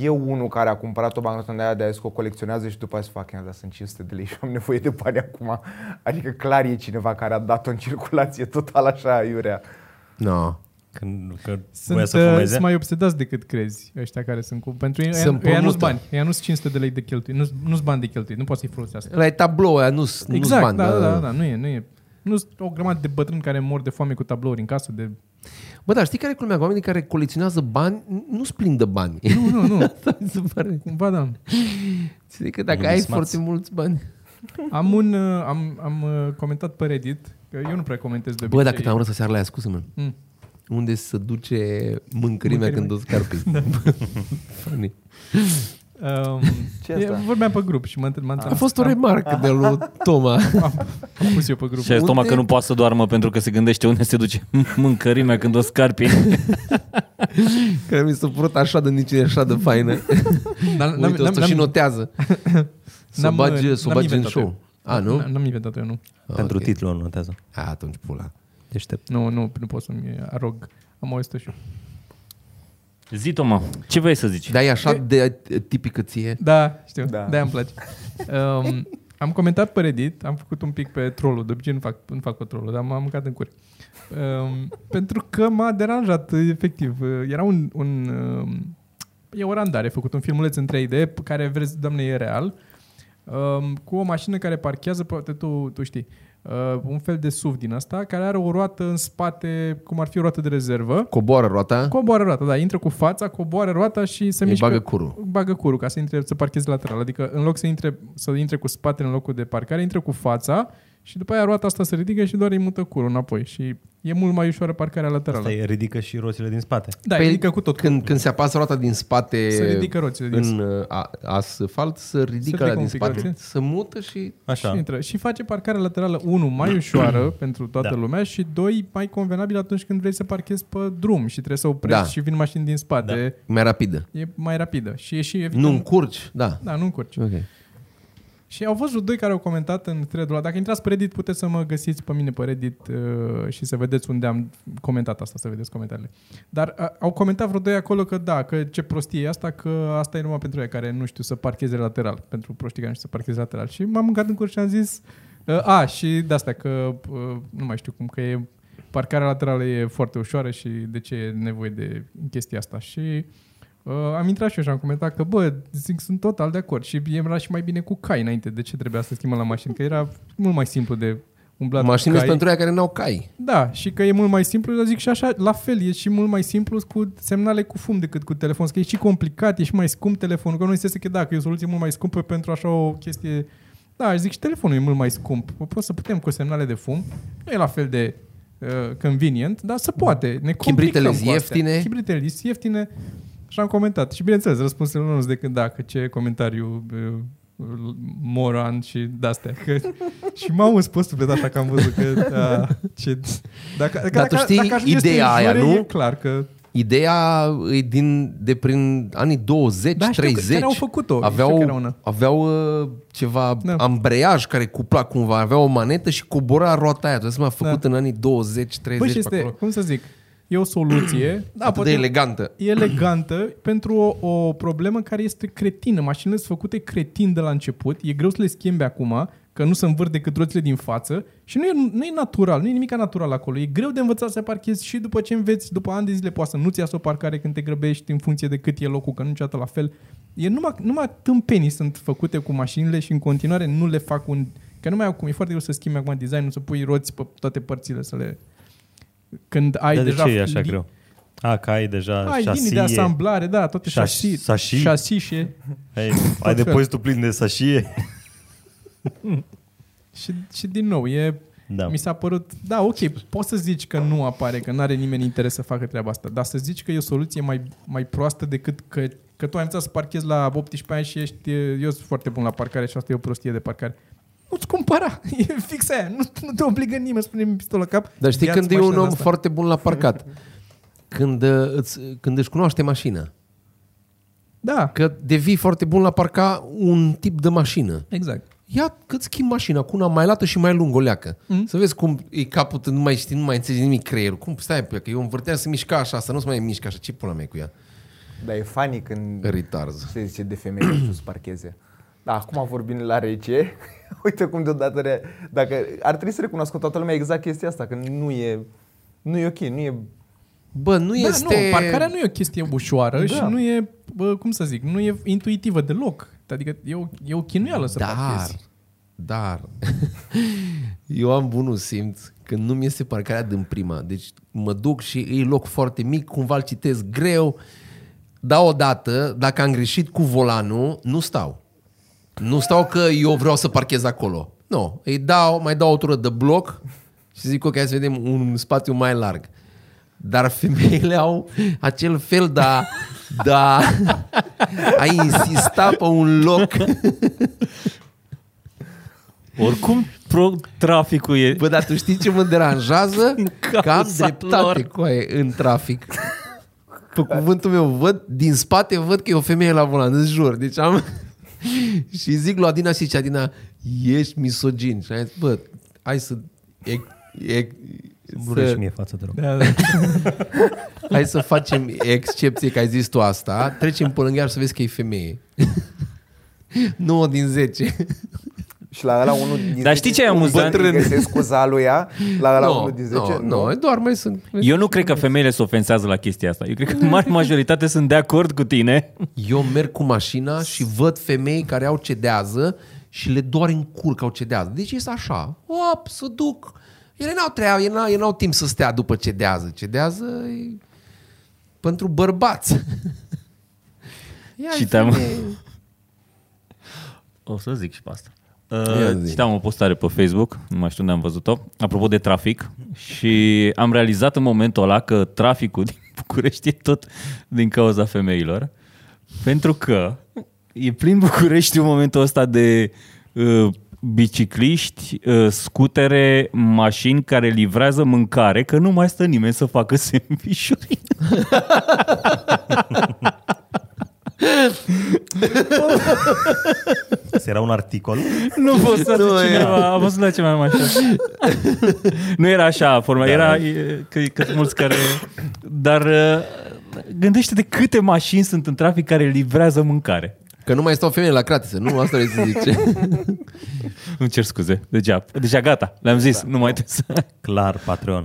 S1: E unul care a cumpărat o bancnotă de aia de a zis că o colecționează și după aia se fac, "Ia, dar sunt 500 de lei și am nevoie de bani acum. Adică clar e cineva care a dat-o în circulație total așa, iurea.
S2: No.
S5: Când, că voia
S3: Sunt,
S5: să
S3: uh,
S5: fumeze.
S3: sunt mai obsedați decât crezi ăștia care sunt cu... Pentru ei,
S2: Sunt
S3: ei nu-s
S2: promută.
S3: bani. Ei nu-s 500 de lei de cheltuit. Nu-s, nu-s bani de cheltuit. Nu poți să-i folosească.
S2: La e tablou aia, nu-s,
S3: exact,
S2: nu-s bani.
S3: da, da, da, da, nu e, nu e. Nu sunt o grămadă de bătrâni care mor de foame cu tablouri în casă, de...
S2: Bă, dar știi care e culmea? Că Oamenii care colecționează bani, n- nu-s plin de bani.
S3: Nu, nu, nu.
S2: [laughs] Asta mi se pare.
S3: Cumva, da.
S2: Știi că dacă
S5: Nu
S2: ai
S5: sunt smați.
S2: foarte mulți bani...
S3: Am un... uh, Am, am uh, comentat pe Reddit, că eu nu prea comentez de
S2: Bă,
S3: obicei.
S2: dacă te-am răs seara la aia, scuză-mă.
S3: Mm.
S2: Unde se duce mâncărimea când o
S3: [laughs]
S2: scarpi?
S3: Da.
S2: Funny.
S3: Um,
S1: Ce asta? Ah.
S3: e- Vorbeam pe grup și mă întreb, m-a
S2: A
S3: întrebat.
S2: fost o remarcă de lui
S3: [laughs]
S2: Toma.
S3: Am pus eu pe grup.
S4: Și ai Toma
S2: Unde-
S4: că nu poate să doarmă pentru că se gândește unde se duce [laughs] mâncărimea când o scarpi.
S2: Care mi s-a părut așa de nici așa de faină.
S3: Dar [laughs] n-am-
S2: Uite,
S3: n-am-
S2: asta și
S3: n-am-
S2: notează. Să
S3: [laughs] n-am,
S2: bagi,
S3: n-am
S2: să bagi în
S3: inventat
S2: show.
S3: eu.
S2: A, nu?
S3: N-am inventat eu, nu.
S5: Pentru
S2: Ok.
S5: titlul notează.
S2: A, atunci pula.
S5: Deștept.
S3: Nu, nu, nu pot să-mi arog. Am auzit și eu.
S4: Zi, Toma, ce vrei să zici?
S2: Dar e așa de tipică ție.
S3: Da, știu,
S1: Da.
S3: da. de-aia îmi place. Um, am comentat pe Reddit, am făcut un pic pe trollul, de obicei nu fac, nu fac pe trollul, dar m-am mâncat în cur. Um, pentru că m-a deranjat, efectiv. Era un... un um, e o randare, făcut un filmuleț în 3D, pe care vezi, doamne, e real, um, cu o mașină care parchează, poate tu, tu știi, uh, un fel de SUV din asta, care are o roată în spate, cum ar fi o roată de rezervă.
S2: Coboară roata,
S3: Coboară roata, da, intră cu fața, coboară roata și se
S2: îi
S3: mișcă
S2: bagă curul.
S3: bagă curul ca să intre, să parcheze lateral. Adică în loc să intre, să intre cu spatele în locul de parcare, intră cu fața și după aia roata asta se ridică și doar îi mută curul înapoi. Și e mult mai ușoară parcarea laterală.
S5: Asta e, ridică și roțile din spate.
S3: Da, păi ridică cu tot.
S2: Când, când se apasă roata din spate
S3: Se ridică roțile din
S2: în uh, a, asfalt, se ridică
S3: ridică
S2: la din
S3: un pic
S2: spate,
S3: roțile.
S2: se mută și...
S5: Așa.
S3: Și, intră. și face parcarea laterală, unu, mai ușoară pentru toată
S5: Da.
S3: da. lumea și, doi, mai convenabil atunci când vrei să parchezi pe drum și trebuie să oprești
S2: Da.
S3: da. și vin mașini din spate.
S2: Mai rapidă.
S3: Da. E mai rapidă. Și e și evident,
S2: Nu încurci, da.
S3: Da, nu încurci.
S2: Ok.
S3: Și au fost vreo doi care au comentat în thread-ul ăla. Dacă intrați pe Reddit, puteți să mă găsiți pe mine pe Reddit uh, și să vedeți unde am comentat asta, să vedeți comentariile. Dar uh, au comentat vreo doi acolo că da, că ce prostie e asta, că asta e numai pentru ei care nu știu să parcheze lateral, pentru proștii care nu știu să parcheze lateral. Și m-am mâncat în cur și am zis, uh, a, și de asta că uh, nu mai știu cum, că e parcarea laterală e foarte ușoară și de ce e nevoie de chestia asta. Și Uh, am intrat și eu și am comentat că, bă, zic, sunt total de acord și era și mai bine cu cai înainte. De ce trebuia să schimbăm la mașini? Că era mult mai simplu de umblat cu
S2: Mașinile
S3: cai.
S2: sunt pentru aia care n-au cai.
S3: Da, și că e mult mai simplu, dar zic și așa, la fel, e și mult mai simplu cu semnale cu fum decât cu telefon, că e și complicat, e și mai scump telefonul, că nu este că da, că e o soluție mult mai scumpă pentru așa o chestie... Da, aș zic și telefonul e mult mai scump. Poți să putem cu semnale de fum, nu e la fel de uh, convenient, dar se poate. Ne
S2: Chibritele
S3: complicăm cu
S2: sunt
S3: astea.
S2: ieftine.
S3: Chibritele sunt ieftine. Și am comentat. Și bineînțeles, răspunsul nu sunt decât da, că ce comentariu uh, moran și de-astea. Că...
S2: [laughs]
S3: și m-am uns postulet așa că am văzut că... Da, ce... Dacă, dacă,
S2: Dar tu
S3: dacă,
S2: știi
S3: dacă ajungeți
S2: ideea
S3: în
S2: aia,
S3: jure,
S2: nu?
S3: E clar că...
S2: Ideea e din, de prin anii 20,
S3: Da, știu că
S2: 30.
S3: chiar au făcut-o. Știu
S2: Aveau,
S3: că era una.
S2: aveau uh, ceva da.
S3: Da.
S2: ambreiaj care cupla cumva, aveau o manetă și cobora roata aia. Tu seama, făcut în anii 20, 30
S3: Bă, Da. Păi și
S2: pe
S3: este,
S2: acolo.
S3: cum să zic, e o soluție.
S2: Da, Atât de elegantă.
S3: E elegantă pentru o, o problemă care este cretină. Mașinile sunt făcute cretin de la început, e greu să le schimbe acum, că nu se învârt decât roțile din față și nu e, nu e natural, nu e nimic natural acolo. E greu de învățat să parchezi și după ce înveți, după ani de zile poate să nu-ți iasă o parcare când te grăbești în funcție de cât e locul, că nu niciodată la fel. E numai, numai tâmpenii sunt făcute cu mașinile și în continuare nu le fac un... Că nu mai au cum, e foarte greu să schimbi acum designul, să pui roți pe toate părțile, să le... Când ai
S5: Dar de
S3: deja
S5: ce e așa
S3: li-
S5: greu? A, că ai deja
S3: ai linii de
S5: șasie.
S3: asamblare, da, toate
S5: Șas-
S3: șasi,
S5: sașii.
S3: șasișe.
S5: Ai, ai depozitul plin de sașie.
S3: Și, și din nou, e,
S5: Da.
S3: da. mi s-a părut, da, ok, poți să zici că nu apare, că nu are nimeni interes să facă treaba asta, dar să zici că e o soluție mai, mai proastă decât că, că tu ai învățat să parchezi la 18 ani și ești, eu sunt foarte bun la parcare și asta e o prostie de parcare. Nu-ți cumpăra, [laughs] e fix aia, nu, nu te obligă nimeni să pune pistol la cap.
S2: Dar știi
S3: ia-ți
S2: când e un
S3: mașina
S2: om
S3: asta.
S2: foarte bun la parcat? Când, uh, îți, când își cunoaște mașina.
S3: Da,
S2: Că devii foarte bun la parca un tip de mașină.
S3: exact.
S2: Ia cât schimbi mașina cu una mai lată și mai lungă o leacă. Mm. Să vezi cum e capul, tău, nu mai știi, nu mai înțelegi nimic creierul. Cum stai pe ea, că eu învârteam să mișca așa, să nu se mai mișcă așa. Ce pula mea e cu ea?
S1: Dar e funny când
S2: Ritarză.
S1: se zice de femei că nu să parcheze. Da, acum vorbim la rece. [laughs] Uite cum deodată re... Dacă ar trebui să recunoască toată lumea exact chestia asta, că nu e, nu e ok, nu e
S2: Bă, nu
S3: Da,
S2: este...
S3: nu, parcarea nu e o chestie ușoară da. și
S1: Da.
S3: nu e, bă, cum să zic, nu e intuitivă deloc. Adică e o, e o chinuială să
S2: Dar,
S3: parchezi.
S2: dar, [laughs] eu am bunul simț că nu-mi este parcarea din prima. Deci mă duc și e loc foarte mic, cumva îl citesc greu. Dar odată, dacă am greșit cu volanul, nu stau. Nu stau că eu vreau să parchez acolo. Nu, îi dau, mai dau o tură de bloc și zic, ok, hai să vedem un spațiu mai larg. Dar femeile au acel fel de a, de a, a insista pe un loc
S4: Oricum, pro, traficul e...
S2: Bă, dar tu știi ce mă
S4: [laughs]
S2: deranjează? Că am
S4: cauza
S2: dreptate
S4: lor.
S2: coaie în trafic. Pe cuvântul meu, văd, din spate văd că e o femeie la volan, îți jur. Deci am... [laughs] și zic lui Adina și zice, Adina, ești misogin. Și am zis, bă, hai să... E, e,
S5: Să...
S2: să
S5: și mie față de rău.
S3: Da, da.
S2: hai să facem excepție că ai zis tu asta. Trecem pe lângă ea și să vezi că e femeie. [laughs] 9 din 10.
S1: Și la ăla unul din
S4: Dar știi ce e
S1: un
S4: amuzant?
S1: bătrân îi găsesc scuza lui ea, la ăla unul din 10.
S2: nu, nu, doar mai sunt.
S4: Eu nu cred că femeile se ofensează la chestia asta. Eu cred că [laughs] mare majoritate sunt de acord cu tine.
S2: Eu merg cu mașina și văd femei care au cedează și le doare în cur că au cedează. Deci este așa. Op, să duc. Ele n-au treabă, ele n-au, ele n-au timp să stea după cedează. Cedează e pentru bărbați. Ia
S4: Citam.
S2: femeie.
S4: O să zic și pe asta.
S2: Ia
S4: Uh,
S2: zi.
S4: citeam o postare pe Facebook, nu mai știu unde am văzut-o, apropo de trafic și am realizat în momentul ăla că traficul din [laughs] București e tot din cauza femeilor, pentru că e plin București în momentul ăsta de uh, bicicliști, uh, scutere, mașini care livrează mâncare, că nu mai stă nimeni să facă [laughs] sandvișuri.
S5: Asta era un articol.
S4: Nu postat
S2: Nu,
S4: cineva, a fost la ceva mai așa. [laughs] Da. nu era așa forma, era e, că, că sunt mulți care... Dar e, gândește-te câte mașini sunt în trafic care livrează mâncare.
S2: Că nu mai stau femei la cratiță, nu? Asta vrei să
S4: [laughs]
S2: zice.
S4: Îmi cer scuze, deja, deja gata, le-am zis, nu mai trebuie să...
S5: Clar, Patreon.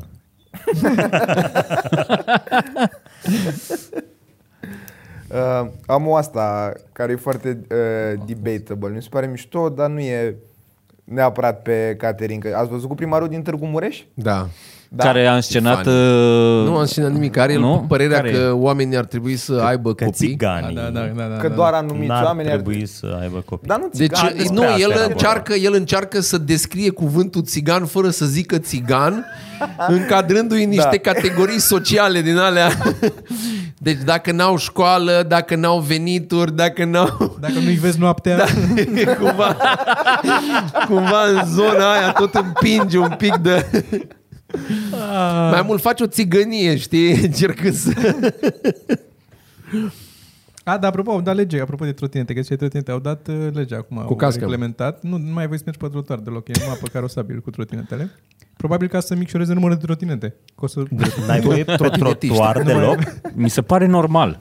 S1: Uh, am o asta care e foarte uh, debatable. Mi se pare mișto, dar nu e neapărat pe Caterin. Că ați văzut cu primarul din Târgu Mureș?
S2: Da.
S1: Da.
S4: Care a înscenat...
S2: Funny.
S4: uh,
S2: Nu am și nimic. Are
S4: Nu?
S2: el părerea
S4: Care
S2: că
S4: e?
S2: oamenii ar trebui să aibă
S5: Că
S2: copii.
S3: Da,
S5: țiganii
S3: da, da, da, da,
S1: Că
S3: da.
S1: doar anumiți
S5: n-ar
S1: oameni ar
S5: trebui să aibă copii.
S1: Dar nu
S2: Deci,
S1: țigan,
S2: nu,
S5: despre
S2: el
S5: asta era
S2: încearcă, el încearcă să descrie cuvântul țigan fără să zică
S5: [laughs]
S2: țigan, încadrându-i în niște da. categorii sociale din alea. [laughs] Deci dacă n-au școală, dacă n-au venituri, dacă n-au... [laughs]
S3: Dacă nu-i vezi noaptea, da.
S2: cumva, [laughs] cumva în zona aia tot împinge un pic de...
S5: Ah.
S2: Mai mult faci o țigănie, știi? [laughs] Încercând să...
S3: A, da, apropo, au dat lege, apropo de trotinete, că cei trotinete au dat uh, legea acum, au
S2: cască.
S3: reglementat. Nu, nu mai voi să mergi pe trotuar deloc, e numai pe carosabil cu trotinetele. Probabil ca să micșoreze numărul de trotinete. Că o să...
S5: N-ai voie pe
S2: trotiști.
S5: trotuar deloc?
S4: Mi se pare normal.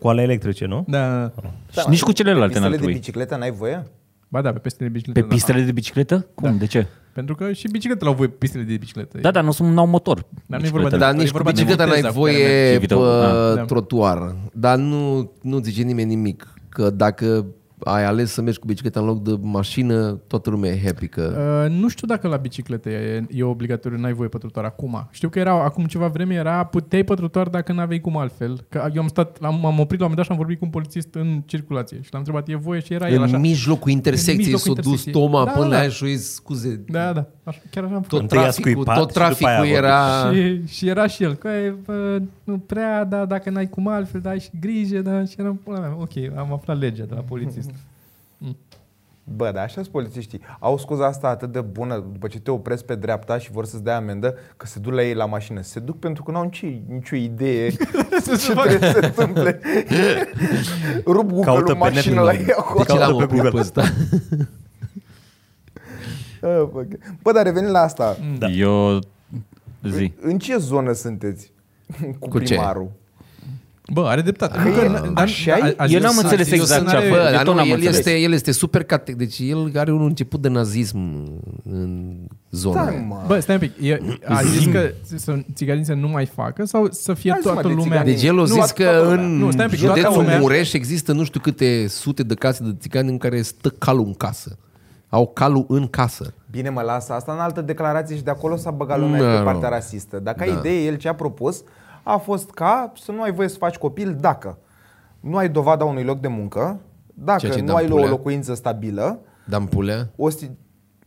S5: Cu ale electrice, nu?
S3: Da,
S4: și nici cu celelalte n-ar
S1: n de
S4: trebui.
S1: bicicletă n-ai voie?
S3: ba da, pe pistele de bicicletă.
S4: Pe pistele de bicicletă? Cum? De ce?
S3: Da. Pentru că și bicicletele au voie pe pistele de bicicletă.
S4: Da, dar nu sunt, n-au motor.
S3: Dar nu e vorba de-
S2: Dar
S3: E
S2: nici cu
S3: vorba de
S2: bicicleta
S3: viteza
S2: n-ai
S3: cu care mergi.
S2: voie
S4: Și
S2: pe
S4: viteză, da.
S3: Da.
S2: trotuar. Dar nu, nu zice nimeni nimic. Că dacă ai ales să mergi cu bicicleta în loc de mașină, toată lumea e happy că...
S3: Uh, nu știu dacă la biciclete e, e obligatoriu, n-ai voie pe trotuar acum. Știu că era acum ceva vreme, era puteai pe trotuar dacă n-aveai cum altfel. Că eu am stat, am, m-am oprit la un moment dat și am vorbit cu un polițist în circulație și l-am întrebat, e voie și era el
S2: În
S3: așa.
S2: mijlocul intersecției s-a
S3: mijlocul
S2: dus
S3: intersecției.
S2: Toma
S3: Da,
S2: până la
S3: da.
S2: aia și eu îi zic, scuze.
S3: Da, da, așa, chiar așa am făcut.
S2: Tot
S5: Întâi a
S2: traficul,
S5: scuipat
S2: tot
S5: și după aia a
S2: traficul
S5: vorbit.
S2: era...
S3: Și, și, era și el, că e, bă, nu prea, da, dacă n-ai cum altfel, da, ai și grijă, da, și eram, pula mea, ok, am aflat legea de la polițist.
S1: Bă, dar așa sunt polițiștii. Au scuza asta atât de bună după ce te opresc pe dreapta și vor să-ți dea amendă că se duc la ei la mașină. Se duc pentru că n-au nicio, nicio idee ce trebuie să se întâmple. Rup
S5: Caută
S1: Google-ul
S5: pe
S1: mașină
S5: net
S1: la
S5: în
S1: ei
S5: lume.
S1: acolo.
S2: De ce
S5: Caută
S2: l-am
S5: pe
S2: oprit pe
S5: Google.
S2: ăsta?
S1: Ah, bă, că- Bă, dar revenind la asta.
S4: Da. Eu... Zi.
S1: Păi, În ce zonă sunteți [laughs] cu,
S2: Cu ce?
S1: primarul?
S3: Bă, are dreptate. Nu
S1: e-
S3: că, dar,
S1: așa e?
S3: a- a-
S4: Eu n-am
S2: sunt-
S4: înțeles
S2: eu
S4: exact
S2: sunt-
S3: da,
S4: ce a făcut,
S2: Bă,
S4: eu tot
S2: nu,
S4: n-am
S2: el,
S4: înțeles.
S2: este, el este super cate- Deci el are un început de nazism în zona.
S1: Da,
S2: aia.
S1: mă.
S3: Bă, stai un pic. E, a zis că să țigarii să nu mai facă sau să fie
S1: Hai să mă,
S3: toată
S1: de
S3: lumea...
S1: țigarii.
S2: Deci el a
S1: Nu,
S2: zis
S1: atâta
S2: că
S1: lumea.
S2: în
S3: Nu, stai un pic, toată
S2: județul
S3: lumea-
S2: Mureș există nu știu câte sute de case de țigani în care stă calul în casă. Au calul în casă.
S1: Bine mă, lasă asta în altă declarație și de acolo s-a băgat
S2: Da,
S1: lumea no,
S2: nu.
S1: pe partea rasistă. Dacă ai idee, el ce a propus a fost ca să nu ai voie să faci copil dacă nu ai dovada unui loc de muncă,
S2: Ceea
S1: dacă
S2: ce
S1: nu
S2: Dan
S1: ai
S2: Pulea.
S1: o locuință stabilă,
S2: Dan Pulea?
S1: o, si-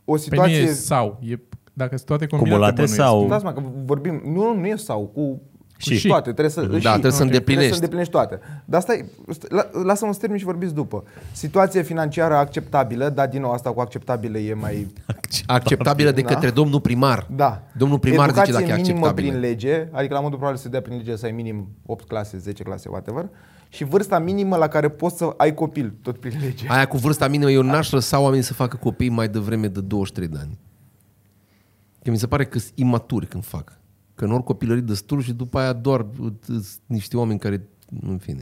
S1: o
S3: Pe Păi nu e
S1: situație...
S3: sau. E, dacă sunt toate combinate,
S5: Cumulate
S3: bănuiesc.
S5: sau...
S1: Stați mă, că vorbim, nu, nu e sau, cu
S5: Și.
S1: și. toate, trebuie să,
S2: Da, trebuie să
S1: Ok. Trebuie
S2: îndeplinești.
S1: să îndeplinești toate. Dar stai, stai, la- lasă-mă să termin și vorbiți după. Situație financiară acceptabilă, dar din nou asta cu acceptabilă e mai...
S2: Acceptabilă de
S1: Da.
S2: către domnul primar.
S1: Da.
S2: Domnul primar
S1: Educație
S2: zice dacă e
S1: minimă
S2: acceptabilă.
S1: prin lege, adică la modul probabil să dea prin lege să ai minim 8 clase, 10 clase, whatever. Și vârsta minimă la care poți să ai copil, tot prin lege.
S2: Aia cu vârsta minimă, eu n-aș lăsa oamenii să facă copii mai devreme de 23 de ani. Că mi se pare că sunt imaturi când fac. Că n-au copilării destul și după aia doar uh, sunt niște oameni care, în fine.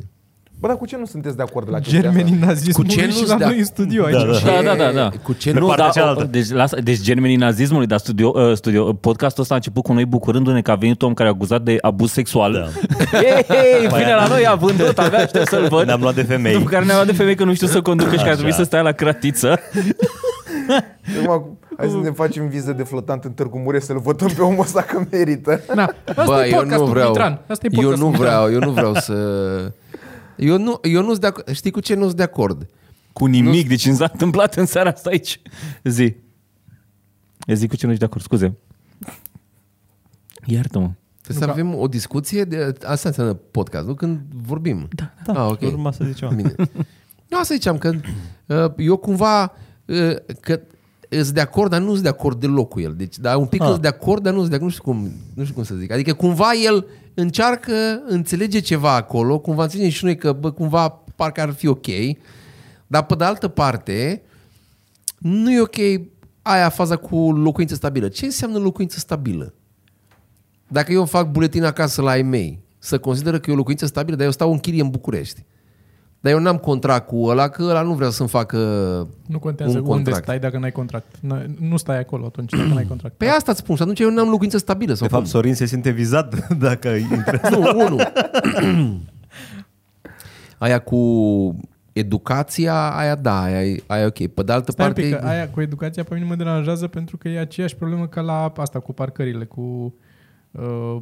S1: Bă, dar cu ce nu sunteți de acord la chestia
S3: Germenii
S1: asta?
S3: nazismului
S2: Cu ce nu-s
S3: și la
S2: de
S3: noi
S2: ac-
S3: în studio aici.
S5: Da, da.
S4: Da, da, da, da.
S2: Cu ce
S5: Pe
S4: nu,
S5: partea
S4: da,
S5: cealaltă.
S4: o, deci, lasă, deci germenii nazismului, dar studio, uh, studio, podcastul ăsta a început cu noi bucurându-ne că a venit un om care a acuzat de abuz sexual. Da. Ei, vine la noi, a vândut, abia aștept să-l văd.
S5: Păi Ne-am luat de femei.
S4: După care ne-am luat de femei că nu știu să conducă și că ar trebui
S5: Așa.
S4: să stai la cratiță.
S1: Acum, hai să ne facem viză de flotant în Târgu Mureș să-l votăm pe omul ăsta că merită.
S3: Na, asta
S2: Bă,
S3: e
S2: eu
S3: podcastul
S2: nu vreau.
S3: Mitran. Asta e
S2: eu
S3: podcastul
S2: nu
S3: Mitran.
S2: vreau, eu nu vreau să... Eu nu, eu nu sunt de acord. Știi cu ce nu sunt de acord?
S4: Cu nimic, deci mi s-a întâmplat în seara asta aici. Zi. Zi cu ce nu ești de acord, scuze. Iartă-mă.
S2: Trebuie să avem o discuție, de, asta înseamnă podcast, nu? Când vorbim. Da, da. Ah, ok.
S5: urma să zicem.
S2: Bine. Nu, asta ziceam, că uh, eu cumva, uh, că sunt de acord, dar nu sunt de acord deloc cu el. Deci, dar un pic
S5: Ah.
S2: sunt de acord, dar nu sunt de acord, nu știu cum, nu știu cum să zic. Adică cumva el încearcă, înțelege ceva acolo, cumva înțelegem și noi că bă, cumva parcă ar fi ok, dar pe de altă parte, nu e ok aia faza cu locuință stabilă. Ce înseamnă locuință stabilă? Dacă eu fac buletin acasă la ai mei, să consideră că e o locuință stabilă, dar eu stau în chirie în București. Dar eu n-am contract cu ăla, că ăla nu vrea să-mi facă
S3: Nu contează
S2: un
S3: unde
S2: contract.
S3: stai dacă n-ai contract. Nu- Nu stai acolo atunci dacă n-ai contract.
S2: Pe Păi asta îți spun și atunci eu n-am locuință stabilă.
S5: De
S2: Sau
S5: fapt,
S2: cum?
S5: Sorin se simte vizat [laughs] dacă intră.
S2: Nu, unul. aia cu educația, aia da, aia, e- aia e ok. Pe de altă
S3: Stai un
S2: parte...
S3: pic, că aia cu educația pe mine mă deranjează pentru că e aceeași problemă ca la asta cu parcările, cu uh,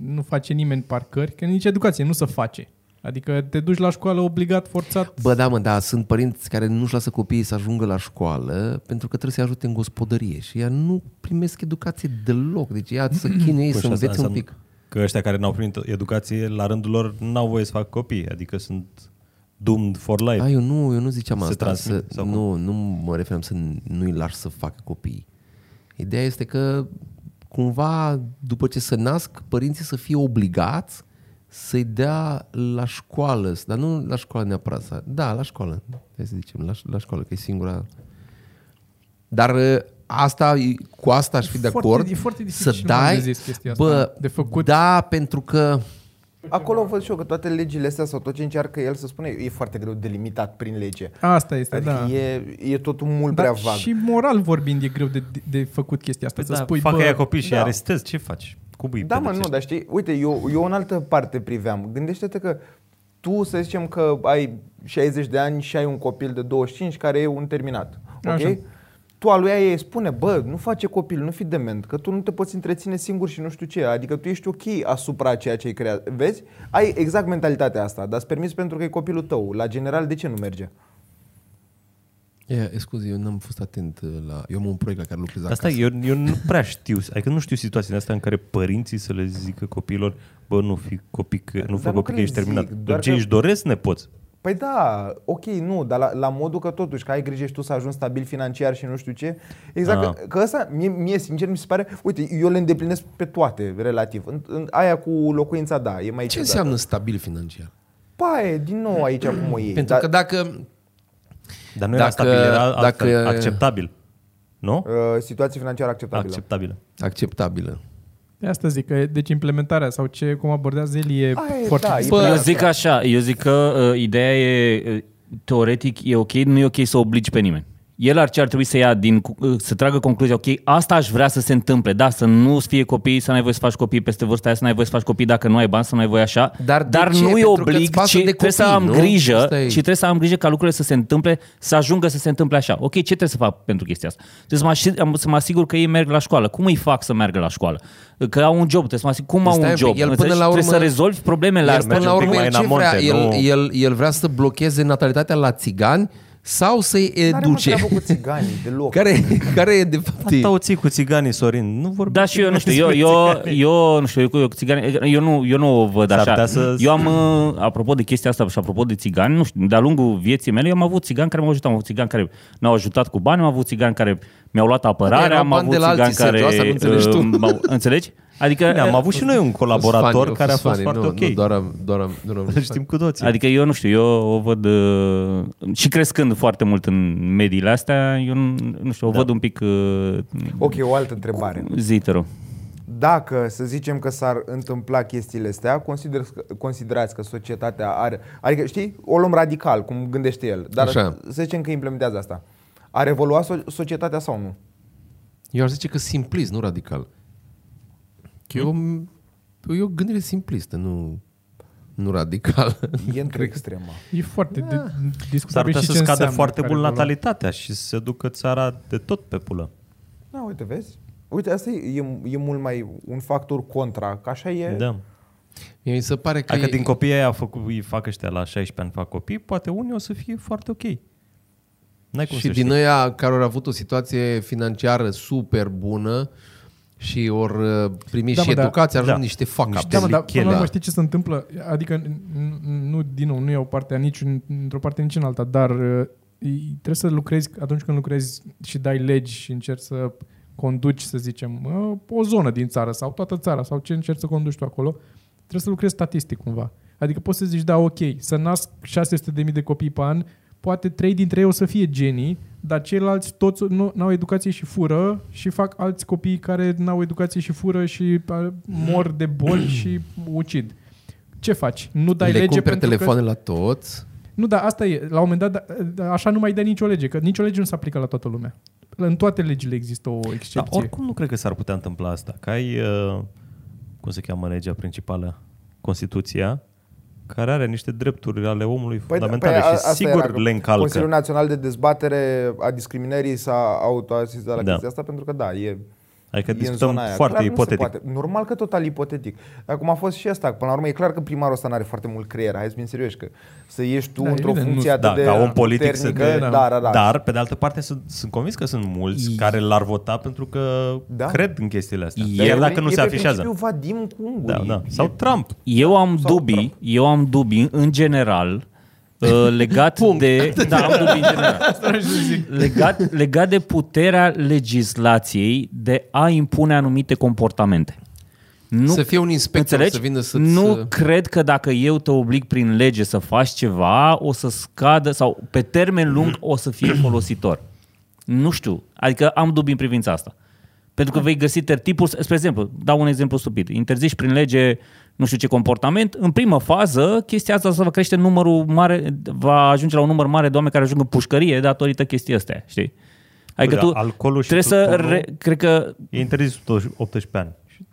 S3: nu face nimeni parcări, că nici educație nu se face. Adică te duci la școală obligat, forțat.
S2: Bă, da, mă, da, sunt părinți care nu-și lasă copiii să ajungă la școală pentru că trebuie să-i ajute în gospodărie și ea nu primesc educație deloc. Deci ea să chinuie să
S5: Păi și asta
S2: învețe un
S5: înseamnă
S2: pic.
S5: Că ăștia care n-au primit educație, la rândul lor, n-au voie să fac copii. Adică sunt doomed for life.
S2: A, eu nu, eu nu ziceam
S5: Se
S2: asta. Să,
S5: transmit, sau cum?
S2: nu, nu mă referam să nu-i lași să facă copii. Ideea este că cumva după ce se nasc, părinții să fie obligați să-i dea la școală, dar nu la școală neapărat, să- da, la școală, hai să zicem, la, la școală, că e singura. Dar ă, asta, e- cu asta aș fi de
S3: Foarte-
S2: acord,
S3: e foarte dificil,
S2: să
S3: m-am
S2: dai,
S3: zis chestia asta,
S2: bă,
S3: de făcut.
S2: da, pentru că
S1: Acolo văd și eu că toate legile astea sau tot ce încearcă el să spune e foarte greu delimitat prin lege.
S3: Asta este,
S1: Adică
S3: da.
S1: e, e totul mult
S2: Da,
S3: Dar
S1: prea vag.
S3: și moral vorbind e greu de, de făcut chestia asta. să
S5: da,
S3: spui,
S5: fac
S3: bă,
S5: aia copii și
S1: da.
S5: da. arestez, ce faci? Cu bui
S1: Da, mă, nu, dar știi, uite, eu, eu în altă parte priveam. Gândește-te că tu, să zicem că ai 60 de ani și ai un copil de 25 care e un terminat, ok?
S3: Așa.
S1: Tu al lui aia îi spune, bă, nu face copil, nu fi dement, că tu nu te poți întreține singur și nu știu ce, adică tu ești ok asupra ceea ce ai creat. Vezi? Ai exact mentalitatea asta, dar îți permis pentru că e copilul tău. La general, de ce nu merge?
S2: Ia, scuze, eu n-am fost atent ă, la... Eu am un proiect la care lucrez
S5: Asta
S2: acasă.
S5: eu, eu nu prea știu, adică nu știu situația asta în care părinții să le zică copiilor, bă, nu fi copii, că, nu fă
S1: nu
S5: copii
S1: că
S5: că
S1: le
S5: ești terminat.
S1: zic,
S5: Doar
S1: doar
S5: ce
S1: că-
S5: își doresc nepoți.
S1: Păi da, ok, nu, dar la, la modul că totuși, că ai grijă și tu să ajungi stabil financiar și nu știu ce. Exact,
S5: Ah.
S1: că, că asta, mie, mie sincer, mi se pare, uite, eu le îndeplinesc pe toate, relativ. În, în, aia cu locuința, da, e mai
S2: Ce
S1: ciudată.
S5: Exact.
S2: înseamnă stabil financiar?
S1: Paie, din nou aici cum o iei.
S2: Pentru
S1: Dar,
S2: că dacă...
S5: Dar nu era
S2: Dacă-
S5: stabil, era altfel,
S2: dacă-
S5: acceptabil. Nu?
S1: uh, situație financiară acceptabilă.
S5: Acceptabilă.
S2: Acceptabilă.
S3: De asta zic, că, deci implementarea sau ce, cum abordează el e
S1: Aia e,
S3: foarte...
S1: da, e
S4: Bă,
S1: prea
S4: eu
S1: asta.
S4: zic așa, eu zic că uh, ideea e, uh, teoretic e ok, nu e ok să obligi pe nimeni. El ar, ce ar trebui să ia din, cu- uh, să tragă concluzia, ok, asta aș vrea să se întâmple, da, să nu fie copii, să n-ai voie să faci copii peste vârsta aia, să n-ai voie să faci copii dacă nu ai bani, să nu ai voie așa.
S2: Dar de
S4: Dar
S2: ce?
S4: nu-i
S2: Pentru că îți
S4: oblig,
S2: pasă
S4: ci
S2: de
S4: trebuie să
S2: copii,
S4: am
S2: nu?
S4: grijă
S2: Asta e.
S4: și trebuie să am grijă ca lucrurile să se întâmple, să ajungă să se întâmple așa. Ok, ce trebuie să fac pentru chestia asta? Trebuie să mă, asi- am- să mă asigur că ei merg la școală. Cum îi fac să meargă la școală? Că au un job, trebuie să mă asigur cum
S2: Păi
S4: au un
S2: stai,
S4: job.
S2: el până
S4: înțelegi?
S2: la urmă-
S4: trebuie să rezolvi problemele
S2: Iar
S4: astea.
S2: până la
S5: merge un
S2: urmă,
S5: pic
S2: el
S5: mai
S2: ce
S5: în
S2: vrea?
S5: amonte,
S2: El,
S5: nu-
S2: el, el vrea să blocheze natalitatea la țigani sau să-i
S1: N-are mă
S2: educe?
S1: treabă cu țiganii, deloc.
S2: [laughs] Care, care e de fapt...
S5: Asta o ții cu țiganii, Sorin. Nu vorbim.
S4: Da, și eu nu știu, eu, eu, eu nu știu, eu, cu- eu, cu țigani, eu, nu, eu nu o văd
S5: S-ar
S4: așa.
S5: putea să-
S4: Eu am, uh, apropo de chestia asta și apropo de țigani, nu știu, de-a lungul vieții mele, eu am avut țigani care m-au ajutat, am avut țigani care ne-au ajutat cu bani, am avut țigani care mi-au luat
S2: Da,
S4: apărarea,
S2: erau
S4: am
S2: bani
S4: avut
S2: de la
S4: țigani
S2: alții,
S4: care...
S2: Sergiu, asta nu înțelegi tu.
S4: uh, m-au- Înțelegi? Adică,
S5: Bine, am avut și noi un
S2: Fost
S5: colaborator
S2: funny,
S5: care a
S2: fost
S5: fost
S2: funny,
S5: foarte
S2: nu,
S5: ok.
S2: Nu, doar am, doar am,
S5: [laughs]
S2: doar am
S5: Îl știm cu toții.
S4: Adică eu nu știu, eu o văd uh, și crescând foarte mult în mediile astea, eu nu, nu știu, o da. văd un pic uh,
S1: Ok, o altă întrebare.
S4: zi, te rog.
S1: Dacă, să zicem că s-ar întâmpla chestiile astea, consider, considerați că societatea are... Adică, știi, o luăm radical, cum gândește el. Dar
S2: Așa.
S1: Așa. să zicem că implementează asta. Ar evolua so- societatea sau nu?
S2: Eu aș zice că simplist, nu radical. Că eu, eu e o gândire simplistă, nu, nu radical. [laughs]
S1: E între extrema.
S3: E foarte da.
S5: S-ar
S3: discutabil
S5: putea
S3: și
S5: să
S3: ce
S5: scadă
S3: înseamnă
S5: foarte
S3: care
S5: mult
S3: valoare.
S5: natalitatea și să se ducă țara de tot pe pulă.
S1: Da, uite, vezi? Uite, asta e, e, e mult mai un factor contra, că așa e...
S5: Da.
S2: Mie mi se pare că...
S5: Dacă
S2: e-
S5: din copiii aia făcu, îi fac ăștia la 16 ani, fac copii, poate unii o să fie foarte ok. N-ai cum
S2: și
S5: să
S2: din
S5: știi.
S2: ăia care au avut o situație financiară super bună și ori uh, primit
S3: Da,
S2: și
S3: mă, da.
S2: educație, ajung
S5: Da.
S2: niște fuck
S5: Niște
S3: Da, mă, dar până la
S5: Da.
S3: urmă știi ce se întâmplă? Adică, n- n- nu, din nou, nu iau partea nici în- într-o parte, nici în alta, dar uh, e- trebuie să lucrezi atunci când lucrezi și dai legi și încerci să conduci, să zicem, uh, o zonă din țară sau toată țara sau ce încerci să conduci tu acolo, trebuie să lucrezi statistic cumva. Adică poți să zici, da, ok, să nasc 600.000 de copii pe an, poate trei dintre ei o să fie genii, dar ceilalți toți nu au educație și fură și fac alți copii care n-au educație și fură și a, mor de boli și ucid. Ce faci? Nu dai
S2: le
S3: lege
S2: cumperi
S3: pentru
S2: telefoane
S3: că...
S2: la toți.
S3: Nu, dar asta e. La un moment dat, da, da, așa nu mai dai nicio lege, că nicio lege nu se aplică la toată lumea. În toate legile există
S2: Da,
S3: o excepție.
S5: Dar Da, oricum nu cred că s-ar putea întâmpla asta. Că ai, uh, cum se cheamă legea principală, Constituția, care are niște drepturi ale omului fundamentale
S1: Păi da, a-
S5: și
S1: asta
S5: sigur
S1: că
S5: le încalcă.
S1: Consiliul Național de Dezbatere a Discriminării s-a autoasizat la
S5: Da.
S1: da. chestia asta pentru că da, e
S5: Adică
S1: e în
S5: discutăm
S1: zona aia.
S5: foarte
S1: clar, nu se
S5: ipotetic.
S1: poate. Normal că total ipotetic. Acum a fost și asta. Până la urmă e clar că primarul ăsta nu are foarte mult creier. Hai să fim serioși că să ieși tu
S3: Da,
S1: într-o
S3: evident, nu-
S1: funcție atât
S5: Da,
S1: de
S5: ca om politic să
S1: puternică.
S5: te...
S1: Da, da, da.
S5: Dar, pe de altă parte, sunt, sunt convins că sunt mulți care l-ar vota pentru că
S1: Da.
S5: cred în chestiile astea.
S4: E-
S5: Chiar dacă nu
S1: e
S5: se
S1: pe
S5: afișează.
S1: principiul Vadim cu
S5: Da,
S1: ungurii.
S5: da. Sau Trump.
S4: Eu am
S1: Sau
S4: dubii,
S1: Trump.
S4: eu am dubii în general uh, legat de da, am dubii în general. legat, legat de puterea legislației de a impune anumite comportamente. Nu,
S2: Să fie un inspector,
S4: înțelegi?
S2: să vină să-ți- uh,
S4: Nu cred că dacă eu te oblig prin lege să faci ceva, o să scadă sau pe termen lung o să
S5: [clears throat]
S4: fie folositor. Nu știu. Adică am dubii în privința asta. Pentru că vei găsi tertipuri, spre exemplu, dau un exemplu stupid, interzici prin lege nu știu ce comportament, în primă fază chestia asta o să va crește numărul mare, va ajunge la un număr mare de oameni care ajung în pușcărie datorită chestii astea, știi? Adică
S5: da,
S4: tu
S5: alcoolul și
S4: trebuie să,
S5: tutunul-
S4: re, cred că
S5: E interzis sub 18 ani. Și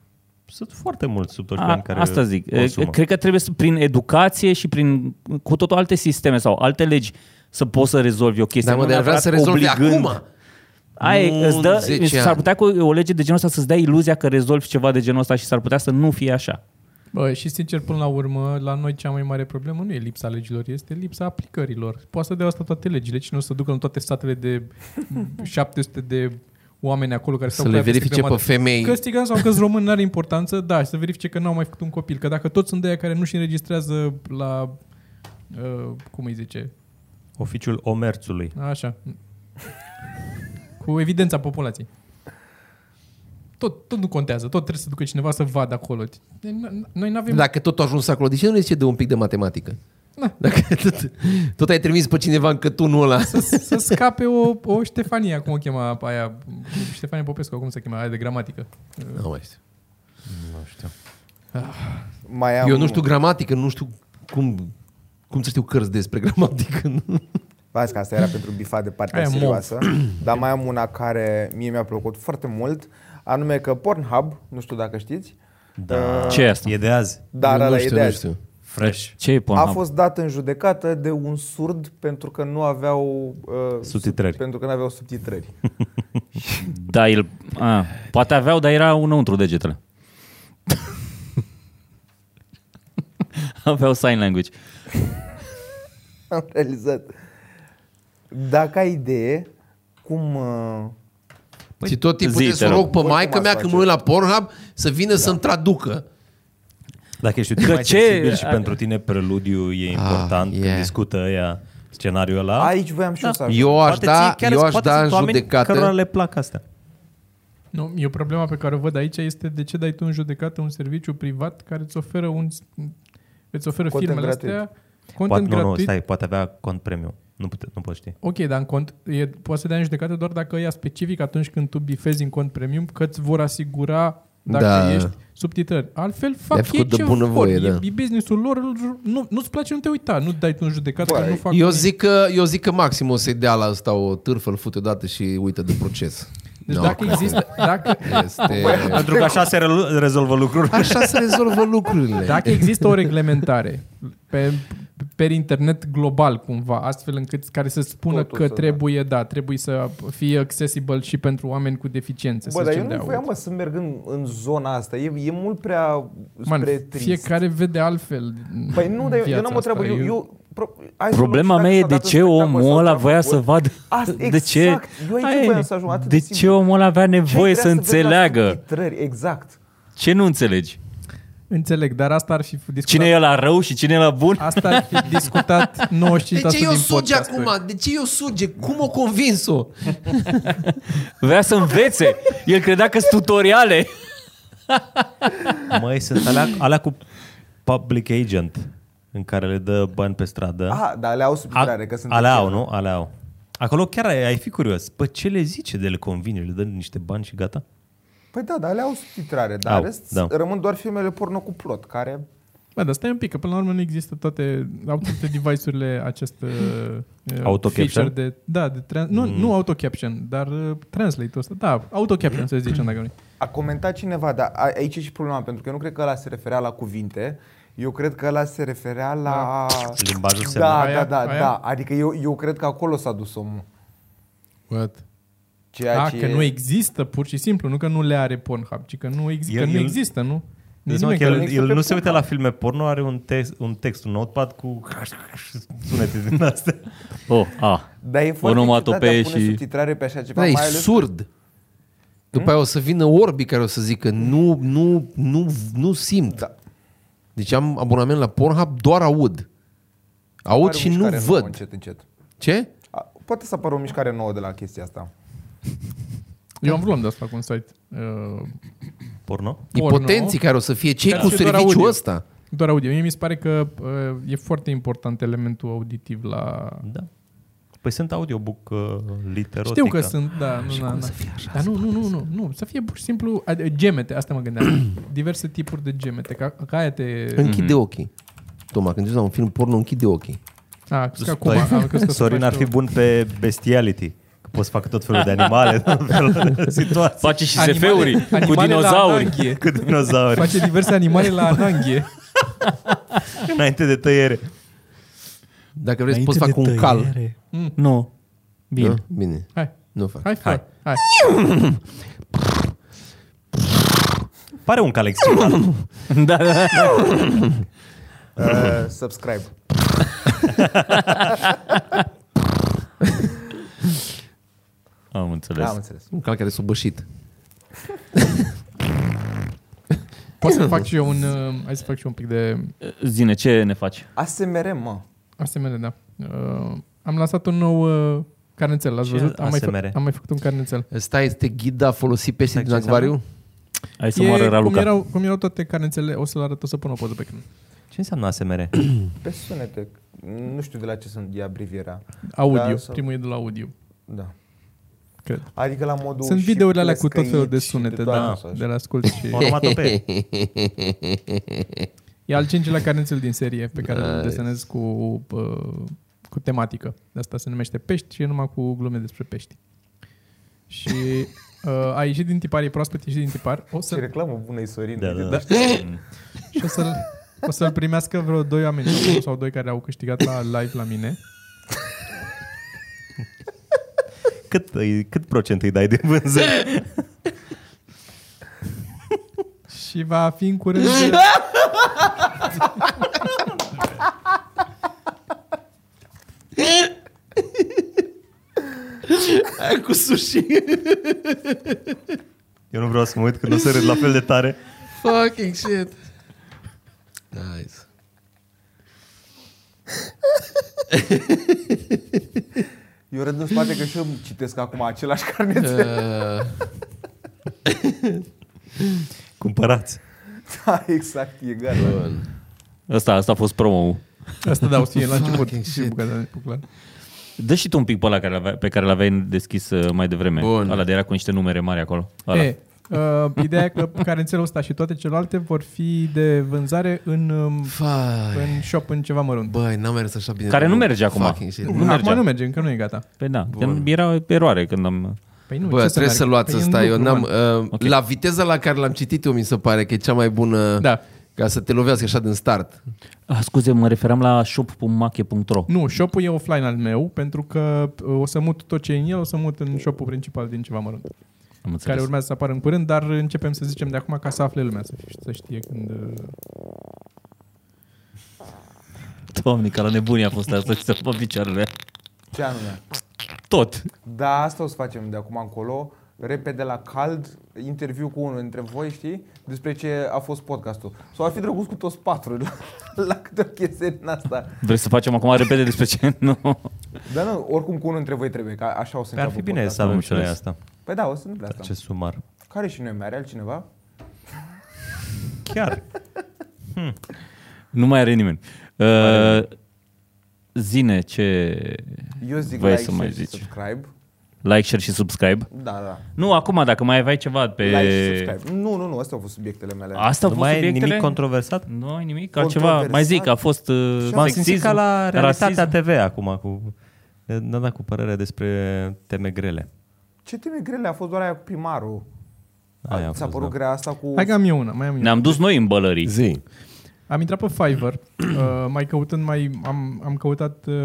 S5: sunt foarte mulți sub 18
S4: A,
S5: ani care
S4: asta zic.
S5: Consumă.
S4: Cred că trebuie să, prin educație și prin cu totul alte sisteme sau alte legi să poți să rezolvi o chestie.
S2: Dar mă,
S4: Nu
S2: dar vrea
S4: neapărat
S2: să rezolve
S4: obligând.
S2: acum.
S4: Ai,
S2: Nu
S4: îți
S2: în
S4: dă,
S2: 10
S4: s-ar
S2: ani.
S4: putea cu o lege de genul ăsta să-ți dea iluzia că rezolvi ceva de genul ăsta și s-ar putea să nu fie așa.
S3: Bă, și sincer, până la urmă, la noi cea mai mare problemă nu e lipsa legilor, este lipsa aplicărilor. Poate să dea asta toate legile, cine o să ducă în toate statele de 700 de oameni acolo care
S2: Să le
S3: stau cu aia peste
S2: verifice pe
S3: grămadă.
S2: femei.
S3: Că țigan sau că român n-are importanță, da, și să verifice că n-au mai făcut un copil. Că dacă toți sunt de aia care nu-și înregistrează la... Uh, cum îi zice?
S5: Oficiul omerțului.
S3: Așa. Cu evidența populației. Tot, tot nu contează, tot trebuie să ducă cineva să vadă acolo. Noi nu avem
S2: Dacă tot a ajuns acolo, de ce nu le zice de un pic de matematică?
S3: Na.
S2: Dacă [laughs] tot, tot ai trimis pe cineva în cătunul ăla. [laughs]
S3: să, să scape o, o Ștefania, cum o chema pe aia, Ștefania Popescu, cum se chema, aia de gramatică.
S2: Nu mai știu.
S5: Nu știu.
S1: Mai am
S2: Eu nu știu gramatică, nu știu cum, cum să știu cărți despre gramatică. [laughs] nu?
S1: Vezi că asta era pentru bifa de partea
S3: Aia e
S1: serioasă, dar mai am una care mie mi-a plăcut foarte mult, anume că Pornhub, nu știu dacă știți,
S5: Da.
S4: Ce e asta?
S5: E de azi.
S1: dar
S2: nu
S1: ăla e
S2: știu,
S1: de
S2: nu
S1: azi.
S2: știu.
S5: Fresh.
S4: Ce e Pornhub?
S1: A fost dat în judecată de un surd pentru că nu aveau uh,
S5: Subtitrări.
S1: sub- pentru că nu aveau subtitrări. [laughs]
S4: Da, el... A, poate aveau, dar era înăuntru degetele. [laughs] aveau sign language.
S1: Am realizat. Dacă ai idee cum uh,
S2: Păi, Ți tot timpul
S4: zi,
S2: trebuie să
S4: te rog.
S2: rog pe
S1: Voi
S2: maică
S1: cum
S2: mea
S1: ați
S2: când mă uit
S1: face?
S2: la Pornhub să vină să-mi traducă.
S5: Dacă ești puțin mai
S4: ce-
S5: sensibil și pentru tine preludiu e important, ah, yeah.
S2: yeah.
S5: când discută ăia scenariul ăla,
S1: aici voiam și eu să ajung.
S2: Eu aș
S5: poate
S2: da,
S5: ție chiar
S2: eu
S5: îți-
S2: aș
S5: poate
S2: da
S5: sunt
S2: în
S5: oameni Cărora
S2: judecată.
S5: le plac astea.
S3: Nu, eu problema pe care o văd aici este de ce dai tu în judecată un serviciu privat care îți oferă un îți oferă
S1: Content
S3: filmele
S1: gratuit.
S3: astea
S5: Poate,
S3: content
S5: nu, nu,
S3: gratuit.
S5: stai, poate avea cont premium. Nu, pute, nu poți ști.
S3: ok, dar în cont e, poate să dai în judecată doar dacă ea specific atunci când tu bifezi în cont premium că îți vor asigura dacă
S2: Da.
S3: da. ești subtitrări. Altfel fac
S2: făcut
S3: ei
S2: de
S3: ce
S2: bunăvoie,
S3: vor.
S2: da.
S3: E, e business-ul lor, nu, nu-ți place, nu te uita, nu dai tu în judecată,
S1: Bă,
S3: că nu fac
S2: Eu
S3: nimic.
S2: zic, că, eu zic că maxim o să-i dea la ăsta o târfă, îl fute odată și uită de proces.
S3: Deci
S2: No,
S3: dacă
S2: cred că
S3: există, dacă,
S2: Este...
S5: [laughs] Pentru că așa se relu- rezolvă lucruri.
S2: Așa se rezolvă lucrurile.
S3: Dacă există o reglementare pe, pe internet global cumva, astfel încât care să spună
S1: Totul
S3: Totul că
S1: să-
S3: trebuie, da. trebuie să fie accessible și pentru oameni cu deficiențe.
S1: Bă,
S3: să
S1: dar
S3: zicem,
S1: eu
S3: de
S1: nu
S3: aud.
S1: voiam mă, să merg în, în zona asta. E, e mult prea
S3: Man,
S1: spre trist.
S3: fiecare vede altfel.
S1: Păi nu, dar eu, eu
S3: viața
S1: n-am o treabă.
S3: asta.
S1: Eu, eu, pro, hai să
S4: Problema
S1: luăm și
S4: mea e
S1: dacă
S4: de
S1: s-a
S4: ce
S1: dat un
S4: omul
S1: spectacol
S4: ăla
S1: sau
S4: voia
S1: ceva
S4: să
S1: bun.
S4: vadă.
S1: Asta-
S4: de
S1: exact.
S4: ce?
S1: Eu aici
S4: Aia e.
S1: voiam să ajung, atât de
S4: de
S1: simplu.
S4: ce omul ăla avea
S1: Ce
S4: nevoie
S1: ai
S4: să,
S1: vrea vezi la
S4: înțeleagă?
S1: subtitrări, Exact.
S4: Ce nu înțelegi?
S3: Înțeleg, dar asta ar fi discutat.
S4: Cine e la rău și cine e la
S5: [laughs]
S4: bun?
S3: Asta ar fi discutat 95%
S2: De ce eu
S3: din
S2: suge
S3: podcasturi.
S2: acum? De ce eu suge? Cum o convins-o?
S4: Vrea
S1: [laughs]
S4: să învețe. El credea că sunt tutoriale.
S5: Mai sunt alea, alea cu public agent în care le dă bani pe stradă.
S4: Da.
S1: Ah, dar le au subtitrare,
S5: A-
S1: că sunt...
S5: alea au, nu? Alea au. Acolo chiar ai, ai fi curios. Bă, ce le zice de le convine? Le dă niște bani și gata?
S1: Păi da, dar alea au subtitrare, dar
S5: Au,
S1: au, rest,
S5: da.
S1: da. rămân doar filmele porno cu plot, care...
S3: Bă, dar stai un pic, că până la urmă nu există toate, au toate device-urile acest uh,
S5: Auto-caption?
S3: feature de, da, de tran- nu, mm. nu auto-caption, dar uh, translate-ul ăsta, da, auto-caption să zicem dacă nu
S1: A comentat cineva, dar a- aici e și problema, pentru că eu nu cred că ăla se referea la cuvinte, eu cred că ăla se referea la...
S5: Limbajul
S1: Da,
S5: semnal.
S1: da,
S3: Aia,
S1: da,
S3: aia?
S1: da. Adică eu, eu cred că acolo s-a dus omul.
S2: What?
S1: Ceea
S3: A,
S1: ce
S3: Da, că nu există, pur și simplu, nu că nu le are Pornhub, ci că nu, ex-
S5: El-
S3: că nu
S5: el-
S3: există, nu?
S5: Deci,
S3: Nici
S5: mă,
S3: nimeni
S5: el,
S3: care-
S5: el nu se uită la filme porno, are un text, un text, un notepad cu sunete din astea.
S4: Oh, a.
S1: Dar e foarte
S4: Onomatopee
S1: ciudat de a pune
S4: și-
S1: subtitrare pe așa ceva,
S2: Da, e
S1: mai ales
S2: surd. După aia o să vină orbii care o să zică nu, nu, nu, nu simt.
S1: Da.
S2: Deci am abonament la Pornhub, doar aud. Aud
S1: apare
S2: și
S1: o
S2: nu
S1: mișcare nouă,
S2: văd.
S1: încet, încet.
S2: Ce?
S1: A, poate să apară o mișcare nouă de la chestia asta.
S3: Eu am vrut de asta cu un site. Uh,
S5: Porno?
S3: Porno.
S2: Impotenții care o să fie cei
S3: Dar
S2: cu
S3: și doar
S2: serviciul
S3: audio.
S2: ăsta.
S3: doar audio. Mie mi se pare că uh, e foarte important elementul auditiv la...
S5: Da. Păi sunt audiobook uh, literotica.
S3: Știu că sunt, da, nu, na, na. Dar nu, nu, nu, nu, nu, să fie pur și simplu ad- gemete, asta mă gândeam.
S4: [clears throat]
S3: Diverse tipuri de gemete, ca, ca aia te...
S2: Închide ochii. Mhm. Toma, când te duci la un film porno, închide ochii.
S3: A, crezi că acum...
S5: Păi,
S3: am crezut că
S5: Sorin ar fi
S3: faci tu-
S5: bun pe bestiality. Că poți să facă tot felul de
S3: [laughs]
S5: animale, tot felul de situații.
S4: Face și
S3: Animale-
S4: SF-uri cu
S3: animale la
S4: dinozauri.
S3: ananghie.
S5: Cu dinozauri.
S3: Face diverse animale la ananghie.
S5: Înainte de tăiere.
S2: Dacă vrei să poți fac un cal.
S4: [laughs] Nu. Bine.
S2: Da? Bine.
S3: Hai,
S2: Nu fac.
S3: hai, hai. hai.
S5: Pare un cal exprimat.
S4: Da, da, da.
S1: Uh, subscribe.
S4: Am
S1: Da, am
S4: înțeles.
S1: înțeles.
S2: Un cal care s-a bășit.
S3: Pot să fac și eu un... uh, Hai să fac și eu un pic de
S4: Zine, ce ne faci?
S1: ASMR, mă.
S3: ASMR, da. Uh, am lansat un nou uh, carnețel, l-ați
S5: Ce
S3: văzut? Am mai,
S5: ASMR?
S3: fă- am mai făcut un carnețel.
S2: Stai, este ghida a folosit pește
S5: Stai,
S2: din
S5: ce înseamnă?
S2: acvariu?
S4: Hai să moară
S3: cum,
S4: Raluca.
S3: erau, cum erau toate carnețele, o să-l arăt, o să pun o poză pe ecran.
S5: Ce înseamnă
S3: [laughs]
S5: ASMR?
S1: Pe sunete. Nu știu de la ce sunt e abrevierea.
S3: Audio,
S1: Da,
S3: da,
S1: sau-
S3: primul e de la audio.
S1: Da.
S3: cred.
S1: Adică la modul
S3: Sunt
S1: și
S3: videourile alea cu tot
S1: plescăiți
S3: felul de
S1: și
S3: sunete,
S1: toate
S3: da,
S1: astea,
S3: de la ascult
S5: [laughs]
S3: și...
S5: Onomatope.
S3: E al cincilea carnețel din serie pe care nice.
S2: Nice.
S3: îl desenez cu, uh, cu tematică. De asta se numește Pești și e numai cu glume despre pești. Și uh, a ieșit din tipar, e proaspăt ieșit din tipar. O
S1: Ce
S3: să,
S1: reclamă bună e Sorin.
S5: Da, da, da.
S3: și o să-l, o să-l primească vreo doi oameni unul sau doi care au câștigat la live la mine.
S5: Cât, îi- cât procent îi dai de vânzări?
S3: Și va fi în curând... de-
S2: Aia cu sushi.
S5: Eu nu vreau să mă uit când o să râd la fel de tare.
S2: Fucking shit. Nice.
S1: Eu râd în spate că și eu citesc acum același carnet.
S3: Da.
S2: Uh,
S5: Cumpărați.
S1: [laughs] Da, exact, e gata.
S2: bun.
S4: Asta, asta a fost promo
S3: Asta da, o să fie la început.
S2: Fucking
S3: Și
S2: shit.
S3: bucata de popular.
S4: Dă și tu un pic pe ăla care l-aveai- pe care l-aveai deschis uh, mai devreme.
S2: Bun.
S4: Ăla de era cu niște numere mari acolo. Ăla.
S3: E, uh, ideea e că carențelul ăsta și toate celelalte vor fi de vânzare în, um,
S2: Fai.
S3: în shop, în ceva mărunt.
S2: Băi, n-am mers așa bine.
S4: Care nu merge acum.
S2: Fucking shit.
S4: Nu mergea.
S3: Acum nu merge, încă nu e gata.
S4: Păi da, că era eroare când am...
S3: Păi nu,
S2: Bă,
S3: ce
S2: trebuie să luați
S3: meargă? Păi e
S2: ăsta.
S3: în
S2: Eu n-am,
S3: lucru, man.
S2: uh, La viteza la care l-am citit eu mi se pare că e cea mai bună
S3: Da.
S2: ca să te lovească așa din start.
S4: Ah, scuze, mă referam la shop.mache.ro.
S3: Nu, shop-ul e offline al meu, pentru că uh, o să mut tot ce e în el, o să mut în shop-ul principal din ceva mărunt,
S4: Am
S3: care
S4: înțeles.
S3: urmează să apară în curând, dar începem să zicem de acum ca să afle lumea, să, să știe când... uh,
S4: Doamne, ca la nebunie a fost asta și să pe picioarele.
S1: Ce anume?
S4: Tot.
S1: Da, asta o să facem de acum încolo. Repede la cald, interviu cu unul dintre voi, știi? Despre ce a fost podcastul. Sau ar fi drăguț cu toți patru [laughs] la, la câte o chestie din asta.
S4: Vrei să facem acum repede despre ce? [laughs] Nu.
S1: Dar nu, oricum cu unul dintre voi trebuie, că așa o să
S5: Ar
S1: înceapă
S5: fi bine
S1: podcastul.
S5: să avem
S4: am
S5: și noi
S4: înțeles.
S5: asta.
S1: Păi da, o să întâmple asta.
S5: Acest sumar.
S1: Care și noi mai are altcineva?
S5: Chiar.
S4: Nu mai are nimeni. Uh, zine ce...
S1: Eu zic
S4: Voi
S1: like,
S4: să
S1: share
S4: mai
S1: și
S4: zici.
S1: subscribe.
S4: Like, share și subscribe.
S1: Da, da.
S4: Nu, acum, dacă mai aveai ceva pe...
S1: Like și subscribe. Nu, nu, nu, astea au fost subiectele mele.
S4: Asta
S5: nu
S4: au fost
S5: mai e
S4: subiectele?
S5: nimic controversat?
S4: Nu ai nimic?
S1: Controversat?
S4: Altceva? Mai zic, a fost uh,
S5: M-am simțit
S4: sexism,
S5: ca la realitatea
S4: rasism.
S5: TV acum. Cu, da, da, cu părerea despre teme grele.
S1: Ce teme grele a fost doar aia cu primarul.
S5: Aia a
S1: Ți-a
S5: fost,
S1: părut
S5: da.
S1: grea asta cu...
S3: Hai că am eu una, mai am eu.
S4: Ne-am dus noi în bălării.
S2: Zi.
S3: Am intrat pe Fiverr, [clears throat] uh, mai căutând, mai am, am căutat uh,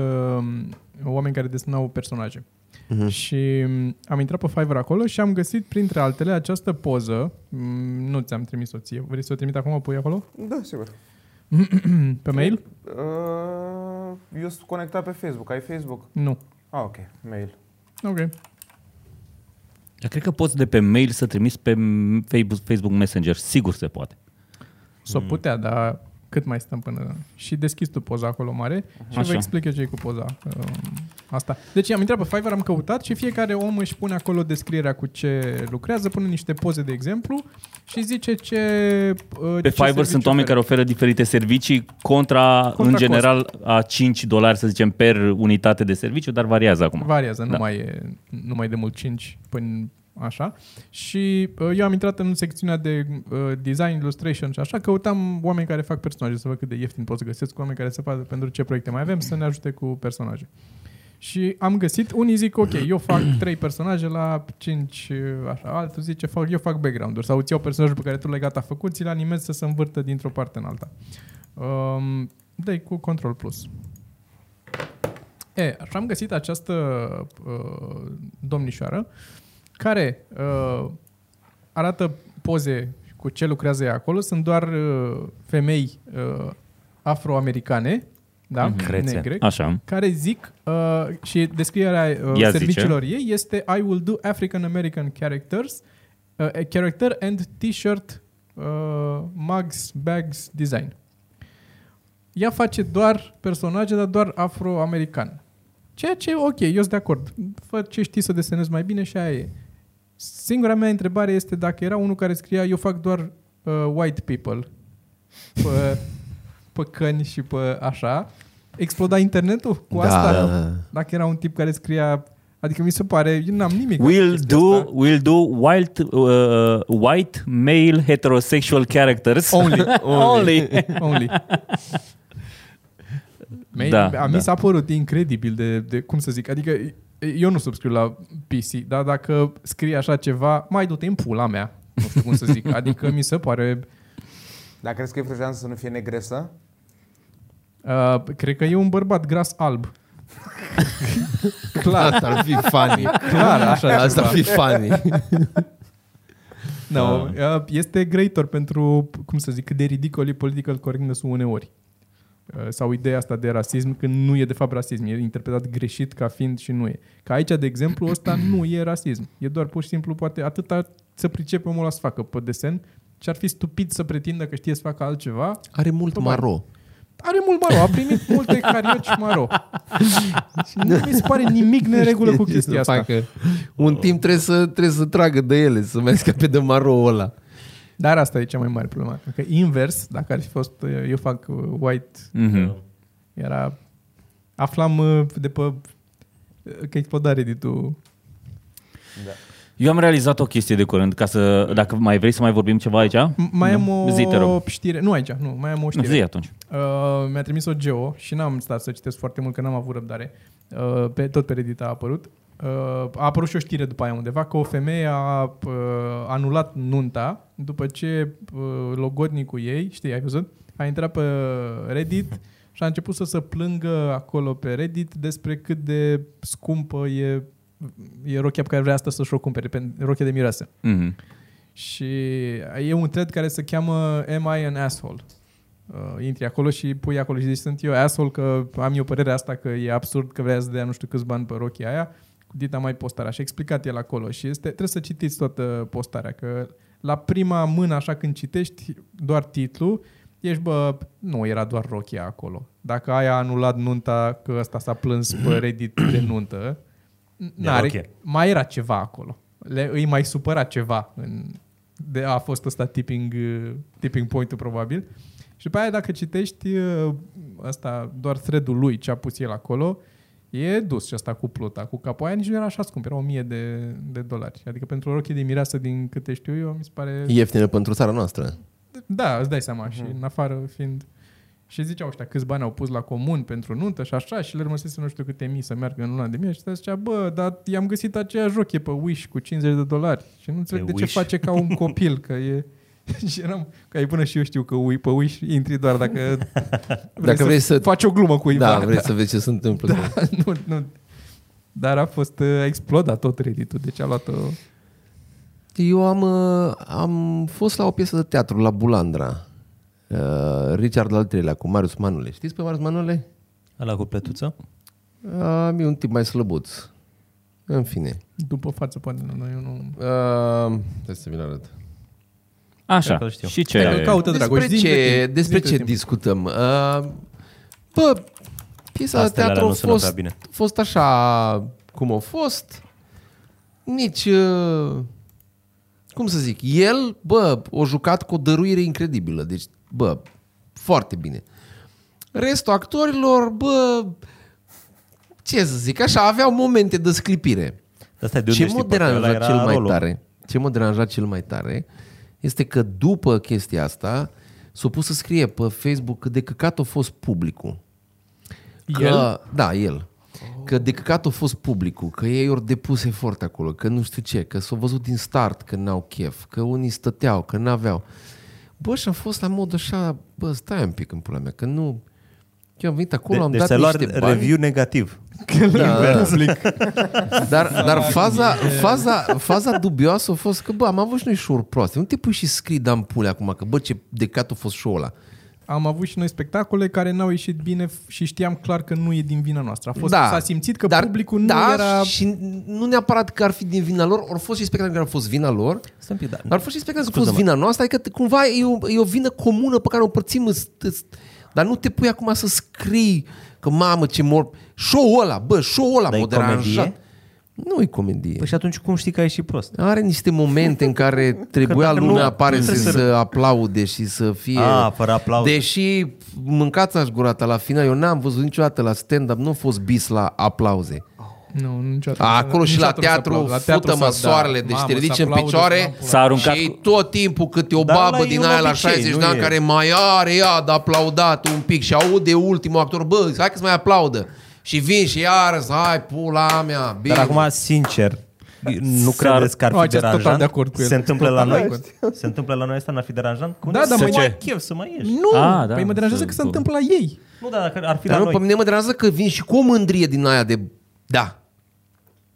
S3: oameni care desenau personaje. Uh-huh. Și um, am intrat pe Fiverr acolo și am găsit, printre altele, această poză. Mm, nu ți-am trimis-o ție. Vrei să o trimit acum, o pui acolo?
S1: Da, sigur.
S3: Pe mail?
S1: Uh, Eu sunt conectat pe Facebook. Ai Facebook?
S3: Nu.
S1: Ah, ok. Mail.
S3: Ok.
S4: Dar cred că poți de pe mail să trimiți pe m- Facebook- Facebook Messenger. Sigur se poate.
S3: Păi S-o
S4: Mm.
S3: putea, dar cât mai stăm până... Și deschis tu poza acolo mare și
S4: Așa.
S3: vă explic eu ce e cu poza um, asta. Deci am intrat pe Fiverr, am căutat și fiecare om își pune acolo descrierea cu ce lucrează, pune niște poze de exemplu și zice ce... uh,
S4: Pe
S3: ce
S4: Fiverr sunt
S3: serviciu
S4: oameni
S3: oferă.
S4: care oferă diferite servicii contra, în
S3: cost.
S4: general, a 5 dolari, să zicem, per unitate de serviciu, dar variază acum.
S3: Variază, nu,
S4: Da.
S3: mai e, nu mai e de mult 5 până așa. Și uh, eu am intrat în secțiunea de uh, design, illustration și așa, căutam oameni care fac personaje, să văd cât de ieftin pot să găsesc oameni care se facă pentru ce proiecte mai avem, să ne ajute cu personaje. Și am găsit, unii zic, ok, eu
S4: [clears throat]
S3: fac trei personaje la 5, așa, altul zice, fac, eu fac background-uri sau îți iau personajul pe care tu l-ai gata făcut, ți-l animezi să se învârtă dintr-o parte în alta. Um, dai cu control plus. E, așa am găsit această uh, domnișoară care uh, arată poze cu ce lucrează ea acolo. Sunt doar uh, femei uh, afroamericane, da?
S5: Crețe.
S3: Negre
S4: Așa.
S3: care zic uh, și descrierea uh,
S4: Ia
S3: serviciilor ei este I will do African American characters, uh, a character and t-shirt uh, mugs, bags design. Ea face doar personaje, dar doar afro-american. Ceea ce, ok, eu sunt de acord. Fă ce știi să desenezi mai bine și aia e. Singura mea întrebare este dacă era unul care scria eu fac doar uh, white people pe, [laughs] pe căni și pe așa, exploda internetul cu
S2: da,
S3: asta?
S2: Da, da.
S3: Dacă era un tip care scria Adică mi se pare, eu n-am nimic. cu
S4: We'll
S3: chestia
S4: do,
S3: asta.
S4: we'll do wild, uh, white male heterosexual characters.
S3: [laughs] Only.
S4: [laughs] Only.
S3: [laughs] Only. Man,
S4: Da,
S3: da, a, mi
S4: da.
S3: s-a părut incredibil de, de, cum să zic, adică eu nu subscriu la PC, dar dacă scrie așa ceva, mai du-te în pula mea. Nu știu cum să zic. Adică mi se pare...
S1: Dar crezi că e vreo șansă să nu fie negresă?
S3: Uh, cred că e un bărbat gras alb. clar,
S2: Asta ar fi funny.
S3: clar, așa
S2: [laughs] Asta ar fi
S3: ceva.
S2: funny. Da.
S3: No, uh, este grăitor pentru, cum să zic, cât de ridicol e political correctness uneori. Uh, Sau ideea asta de rasism, când nu e de fapt rasism, e interpretat greșit ca fiind și nu e. Ca aici, de exemplu,
S2: [clears throat]
S3: ăsta nu e rasism. E doar pur și simplu, poate atâta să pricepe omul ăla să facă pe desen și ar fi stupid să pretindă că știe să facă altceva.
S2: Are mult
S3: Probabil.
S2: maro.
S3: Are mult maro, a primit
S2: [laughs]
S3: multe carioci maro. Și nu mi se pare nimic neregulă cu
S2: Știe ce
S3: chestia
S2: să
S3: asta.
S2: facă. Un timp trebuie să, trebuie să tragă de ele, să mai scape de maro ăla.
S3: Dar asta e cea mai mare problemă. Că invers, dacă ar fi fost, eu fac uh, white
S4: Mhm.
S3: Era... Aflam uh, de pe... Că exploda Reddit-ul.
S4: Eu am realizat o chestie de curând, ca să, dacă mai vrei să mai vorbim ceva aici?
S3: M- Mai am o
S4: Zi, te rog.
S3: știre. Nu aici, nu. Mai am o știre.
S4: Zi atunci.
S3: Uh, mi-a trimis-o Geo și n-am stat să citesc foarte mult, că n-am avut răbdare. Uh, pe, tot pe Reddit a apărut. Uh, a apărut și o știre după aia undeva că o femeie a uh, anulat nunta după ce uh, logodnicul ei, știi, ai văzut, a intrat pe Reddit și a început să se plângă acolo pe Reddit despre cât de scumpă e, e rochia pe care vrea asta să-și o cumpere, pe rochia de mireasă.
S4: Mhm.
S3: Și e un thread care se cheamă Am I an asshole? Uh, intri acolo și pui acolo și zici sunt eu asshole că am eu părerea asta că e absurd că vrea să dea nu știu câți bani pe rochia aia. Cu Dita mai postarea și a explicat el acolo și este, trebuie să citiți toată postarea că la prima mână așa când citești doar titlul ești bă, nu era doar rochia acolo. Dacă aia a anulat nunta că ăsta s-a plâns pe Reddit de nuntă, n-are,
S5: rochie.
S3: mai era ceva acolo. Le, îi mai supăra ceva. În, de, a fost ăsta tipping, uh, tipping point-ul probabil. Și pe aia dacă citești uh, asta, doar thread-ul lui ce a pus el acolo, e dus și asta cu pluta, cu capul aia, nici nu era așa scump, era 1000 de, de dolari. Adică pentru o rochie de mireasă, din câte știu eu, mi se pare...
S2: Ieftină pentru țara noastră.
S3: Da, îți dai seama.
S2: Mhm.
S3: Și în afară fiind... Și ziceau ăștia câți bani au pus la comun pentru nuntă și așa și le rămăsese nu știu câte mii să meargă în luna de mie și ăsta zicea, bă, dar i-am găsit aceeași rochie pe Wish cu 50 de dolari și nu înțeleg
S5: Pe
S3: de ce
S5: Wish?
S3: face ca un copil, că e... [laughs] și eram, că ai până și eu știu că ui, pe Wish intri doar dacă vrei,
S2: [laughs] Dacă vrei să-
S3: faci o glumă cu
S2: da,
S3: Ivan.
S2: vrei să vezi ce se întâmplă. Da.
S3: nu, [laughs] nu. Dar a fost, uh, a explodat tot Reddit-ul, deci a luat-o...
S2: Eu am, uh, am fost la o piesă de teatru, la Bulandra. Uh, Richard al treilea cu Marius Manole. Știți pe Marius Manole?
S5: Ala cu plătuță?
S2: Uh, e un tip mai slăbuț. În fine.
S3: După față, poate, nu, nu, eu nu...
S2: Uh, trebuie să vi-l arăt.
S5: Cred că
S4: Așa.
S5: îl știu.
S4: Și
S3: Cred că
S4: ce?
S3: caut- Caută, Dragoș,
S2: Păi, despre
S3: zi-mi cât
S2: ce,
S3: timp,
S2: despre
S3: zi-mi cât
S2: ce
S3: timp.
S2: discutăm? Uh, bă, piesa de
S5: Astele
S2: teatru
S5: alea
S2: a
S5: nu sună
S2: fost,
S5: prea bine.
S2: fost așa cum a fost. Nici, uh, cum să zic, el, bă, o jucat cu o dăruire incredibilă. Deci, bă, foarte bine. Restul actorilor, bă, ce să zic, așa, aveau momente de sclipire.
S5: Asta e de unde
S2: Ce
S5: știi,
S2: mă
S5: parcă ăla
S2: deranja
S5: era
S2: cel mai
S5: rolul.
S2: tare? Ce mă deranja cel mai tare este că după chestia asta s-a pus să scrie pe Facebook cât de căcat a fost publicul. Că, el? Da, el. Că de căcat a fost publicul, că ei ori depus efort acolo, că nu știu ce, că s-au văzut din start că n-au chef, că unii stăteau, că n-aveau. Bă, și am fost la mod așa, bă, stai un pic în pula mea, că nu... Eu am venit acolo, de, am
S5: deci
S2: dat
S5: se lua
S2: niște bani.
S5: review negativ.
S2: Da, da. Dar, dar faza, faza, faza dubioasă a fost că, bă, am avut și noi show proaste. Nu te pui și scrii, da, în pule acum, că, bă, ce decat a fost show ăla.
S3: am avut și noi spectacole care n-au ieșit bine f- și știam clar că nu e din vina noastră. A fost,
S2: da,
S3: S-a simțit că
S2: dar,
S3: publicul nu
S2: da,
S3: era...
S2: și nu neapărat că ar fi din vina lor, ori fost și spectacole care au fost vina lor,
S5: Stai un pic, da.
S2: dar ar fost și spectacole care au fost vina noastră, adică cumva e o, e o vină comună pe care o împărțim, îți- îți- dar nu te pui acum să scrii că, mamă, ce mor... Show-ul ăla, bă, show-ul ăla
S5: Dar e
S2: m-a deranjat.
S5: comedie?
S2: Nu e comedie.
S5: Păi și atunci cum știi că ai și prost?
S2: Are niște momente în
S5: [laughs]
S2: care trebuia
S5: dacă nu,
S2: lumea apare să,
S5: trebuie să-
S2: să aplaude și să fie...
S5: A, fără aplauze.
S2: Deși mâncați aș gurata la final, eu n-am văzut niciodată la stand-up, nu a fost bis la aplauze.
S3: Nu, nu
S5: Ah,
S3: niciodată.
S2: Acolo și la
S3: Niciodată nu se
S2: teatru,
S3: aplaudă. La teatru
S2: fută-mă
S3: se- da.
S2: soarele, deci
S3: Mamă,
S2: te
S3: se
S2: ridici în
S3: aplaudă,
S2: picioare
S3: mamă.
S4: S-a aruncat
S2: și
S4: cu-
S2: tot timpul câte o
S5: Dar ăla
S2: babă
S5: e
S2: din
S5: un
S2: aia la
S5: obicei,
S2: 60 de
S5: nu
S2: ani
S5: e.
S2: care mai are ea de aplaudat un pic și aude ultimul actor, bă, hai că mai aplaudă. Și vin și iară, să, hai, pula mea, bine.
S5: Dar acum, sincer, nu
S4: S-ar-
S5: credeți că ar
S3: Oh,
S5: fi
S3: acest total
S5: deranjant?
S3: de acord cu el.
S5: Se întâmplă la
S3: Total de
S5: noi?
S3: acord.
S5: Se întâmplă la noi asta, n-ar fi deranjant? Cum
S3: Da,
S5: da,
S3: dar
S5: să
S3: mă-
S5: mai
S4: ce?
S5: chef să mai ieși?
S3: Nu,
S4: Ah, da,
S3: păi mă deranjează
S4: să-
S3: că se întâmplă la ei.
S5: Nu, dar dacă ar fi
S2: Dar
S5: la
S2: nu, pe
S3: păi,
S5: noi.
S2: mine mă deranjează că vin și cu o mândrie din aia de... Da,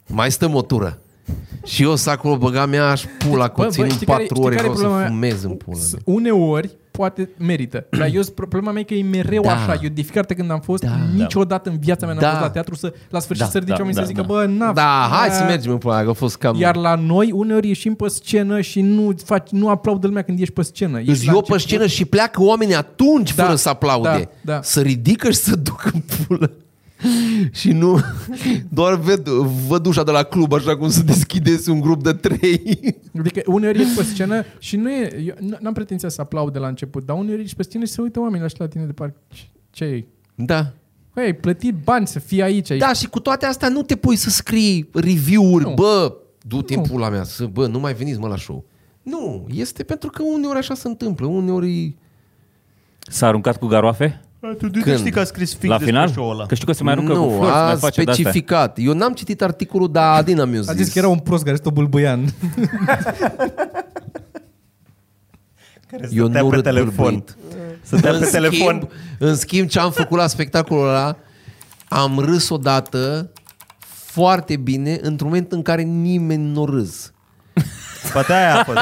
S2: mai stăm o tură. Și eu să acolo băga mea aș pula cu țin în
S3: știi care-
S2: patru
S3: știi
S2: ore
S3: care e
S2: vreau să
S3: problema mea?
S2: fumez în pula
S3: S-
S2: mea.
S3: Uneori, poate
S2: [clears throat]
S3: merită. Dar eu, sunt- problema mea e că e mereu
S2: Da.
S3: așa. Eu de fiecare dată când am fost,
S2: Da.
S3: niciodată în viața mea n-am
S2: Da.
S3: fost la teatru să, la sfârșit
S4: Da,
S3: să ridice
S4: da,
S3: oamenii
S4: da,
S3: să zică,
S4: da.
S3: bă, n-a...
S2: Da, hai
S3: n-a-
S2: să mergem în pula mea, că a fost cam...
S3: Mm. Iar la noi, uneori ieșim pe scenă și nu, faci, nu aplaudă lumea când ieși pe scenă.
S2: Îți
S3: Ești la
S2: iau pe
S3: început.
S2: scenă și pleacă oamenii atunci
S3: Da,
S2: fără să aplaude.
S3: da, da.
S2: Să ridică și să ducă în pulă. [laughs] Și nu, doar ved, văd ușa de la club așa cum se deschidese un grup de trei.
S3: Adică uneori ești pe scenă și nu e... Eu n- n-am pretenția să aplaud de la început, dar uneori ești pe scenă și se uită oamenii ăștia la tine de parcă... "Ce- Ce e?
S2: Da.
S3: Păi, ai plătit bani să fii aici. Da.
S2: Da, și cu toate astea nu te pui să scrii review-uri,
S3: Nu.
S2: bă, du-te în
S3: Nu.
S2: pula mea, să, bă, nu mai veniți mă la show. Nu, este pentru că uneori așa se întâmplă, uneori...
S4: S-a aruncat cu garoafe?
S5: Tu de
S2: Când?
S5: știi că a scris fix
S4: la
S5: despre
S4: final?
S5: show-ul ăla.
S4: Că știu că se mai aruncă
S2: nu,
S4: cu flori, se
S2: a
S4: mai face de-astea.
S2: specificat. Eu n-am citit articolul,
S3: [laughs]
S2: dar Adina mi-a zis.
S3: A zis că era un prost care este o
S2: [laughs]
S3: bâlbâian.
S5: Care
S2: Eu
S5: stătea
S2: nu
S5: pe
S2: râd
S5: telefon.
S2: bâlbâit.
S5: Stătea
S2: În
S5: pe telefon.
S2: Schimb, în schimb, ce am făcut la spectacolul ăla, am râs odată foarte bine într-un moment în care nimeni nu râs.
S5: Poate aia a fost.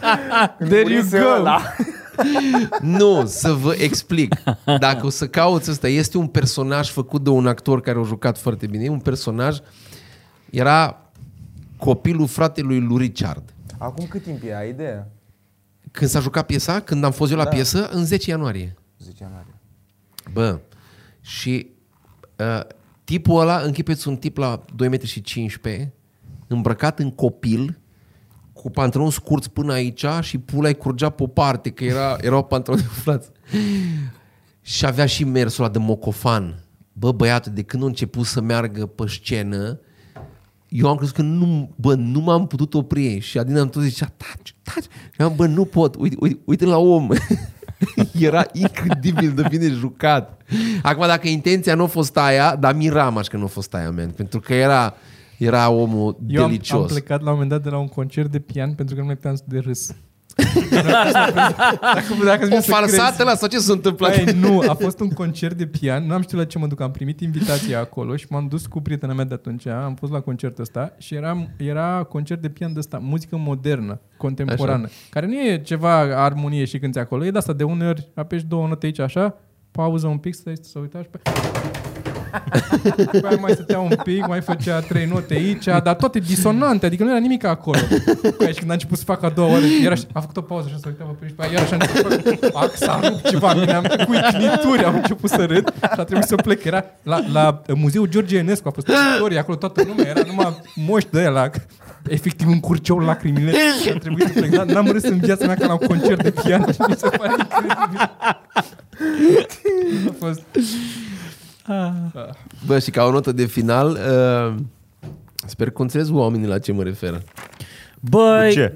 S3: [laughs] There you go!
S2: Nu, să vă explic. Dacă o să cauți ăsta, este un personaj făcut de un actor care a jucat foarte bine. E un personaj, era copilul fratelui lui Richard.
S1: Acum cât timp e? Ai idee?
S2: Când s-a jucat piesa, când am fost eu la piesă, în 10 ianuarie.
S1: 10
S5: [laughs]
S1: ianuarie.
S2: Bă, și uh, tipul ăla, închipeți un tip la 2,15 m, îmbrăcat în copil, cu pantaloni scurți până aici și pula îi curgea pe o parte, că era, erau pantaloni umflați. Și avea și mersul ăla de mocofan. Bă, băiatul, de când a început să meargă pe scenă, eu am crezut că nu, bă, nu m-am putut opri și Adina îmi tot zicea, taci, taci. Și am, bă, nu pot, uite, uite, uite la om. [laughs] Era incredibil de bine jucat. Acum, dacă intenția nu a fost aia, dar miram aș că nu a fost aia, man, pentru că era, era omul
S3: Eu am, am
S2: delicios.
S3: plecat la un moment dat de la un concert de pian pentru că nu mai puteam să de
S2: [laughs]
S3: râs. dacă, dacă
S2: o farsată la sau ce s-a întâmplat?
S3: Păi, nu, a fost un concert de pian, nu am știut la ce mă duc, am primit invitația acolo și m-am dus cu prietena mea de atunci, am fost la concertul ăsta și eram, era concert de pian de ăsta, muzică modernă, contemporană, așa. care nu e ceva armonie și cânti acolo, e de asta, de uneori apeși două note aici așa, pauză un pic, stai să uita și pe... După aia Păi mai stătea un pic, mai făcea trei note aici, dar toate disonante, adică nu era nimic acolo. Păi și când a început să facă a doua oară, era și, a făcut o pauză și s-a uitat pe și pe aia, iarăși a început, a, s-a rupt ceva, mine am cu icnituri, am început să râd și a trebuit să plec. Era la, la uh, Muzeul George Enescu, a fost istorie, acolo toată lumea, era numai moși de la efectiv încurceau lacrimile și a trebuit să plec. N- N-am râs în viața mea ca la un concert de pian și mi se pare incredibil. A fost...
S2: Bă, și ca o notă de final, uh, sper că înțeles oamenii la ce mă refer.
S4: Băi,
S5: Ce?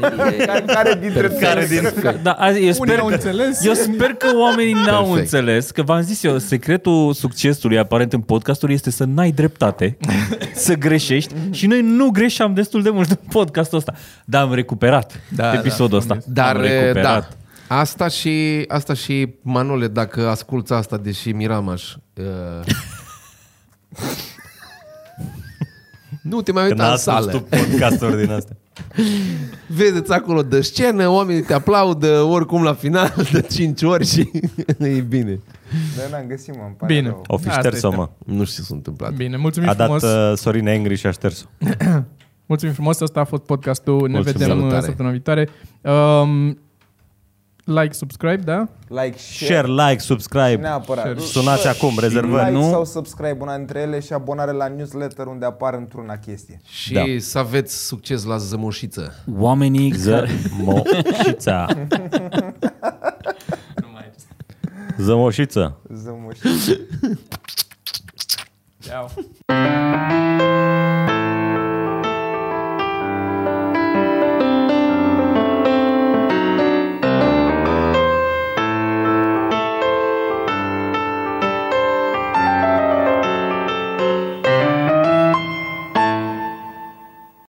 S1: Care, care dintre
S5: Care din...
S4: Da, azi, eu
S3: Unii
S4: sper
S3: au
S4: că...
S3: înțeles.
S4: Eu sper că oamenii n-au
S2: Perfect.
S4: înțeles că v-am zis eu, secretul succesului aparent în podcasturi este să n-ai
S2: [laughs]
S4: dreptate, să greșești și noi nu greșeam destul de mult în podcastul ăsta, dar am recuperat
S3: Da,
S4: da, episodul
S3: da,
S4: ăsta.
S2: Dar,
S4: am
S2: uh, da,
S4: recuperat.
S2: asta și, asta și Manole, dacă asculți asta, deși Miramaș... Uh, [laughs] nu te mai
S5: Când
S2: uita în
S5: asculti tu
S2: sală.
S5: podcasturi din astea.
S2: Vedeți acolo de scenă, oamenii te aplaudă oricum la final [laughs] de 5 ori și [laughs] e bine.
S1: Da, n-am găsit, mă, îmi pare
S3: Bine.
S1: rău.
S5: Au fi
S3: Asta
S5: șters-o,
S3: Da, este.
S5: mă.
S2: Nu știu ce s-a
S4: Da.
S2: întâmplat.
S3: Bine, mulțumim
S5: A dat
S3: frumos.
S5: uh, Sorin Angry și a șters-o.
S3: Mulțumim frumos, asta a fost podcastul. Ne
S2: Mulțumim.
S3: vedem uh,
S2: Salutare.
S3: săptămâna viitoare. Um, like, subscribe, da?
S1: Like, share,
S5: Share, like, subscribe.
S1: neapărat.
S3: Share.
S5: Sunați acum,
S1: Like
S5: rezervări.
S4: nu?
S1: sau subscribe, una dintre ele și abonare la newsletter unde apar într-una chestie.
S2: Și
S5: Da.
S2: să aveți succes la zămoșiță.
S4: Oamenii care-
S5: Zămoșița. Zămoșiță.
S1: Zămuși.
S3: Ciao.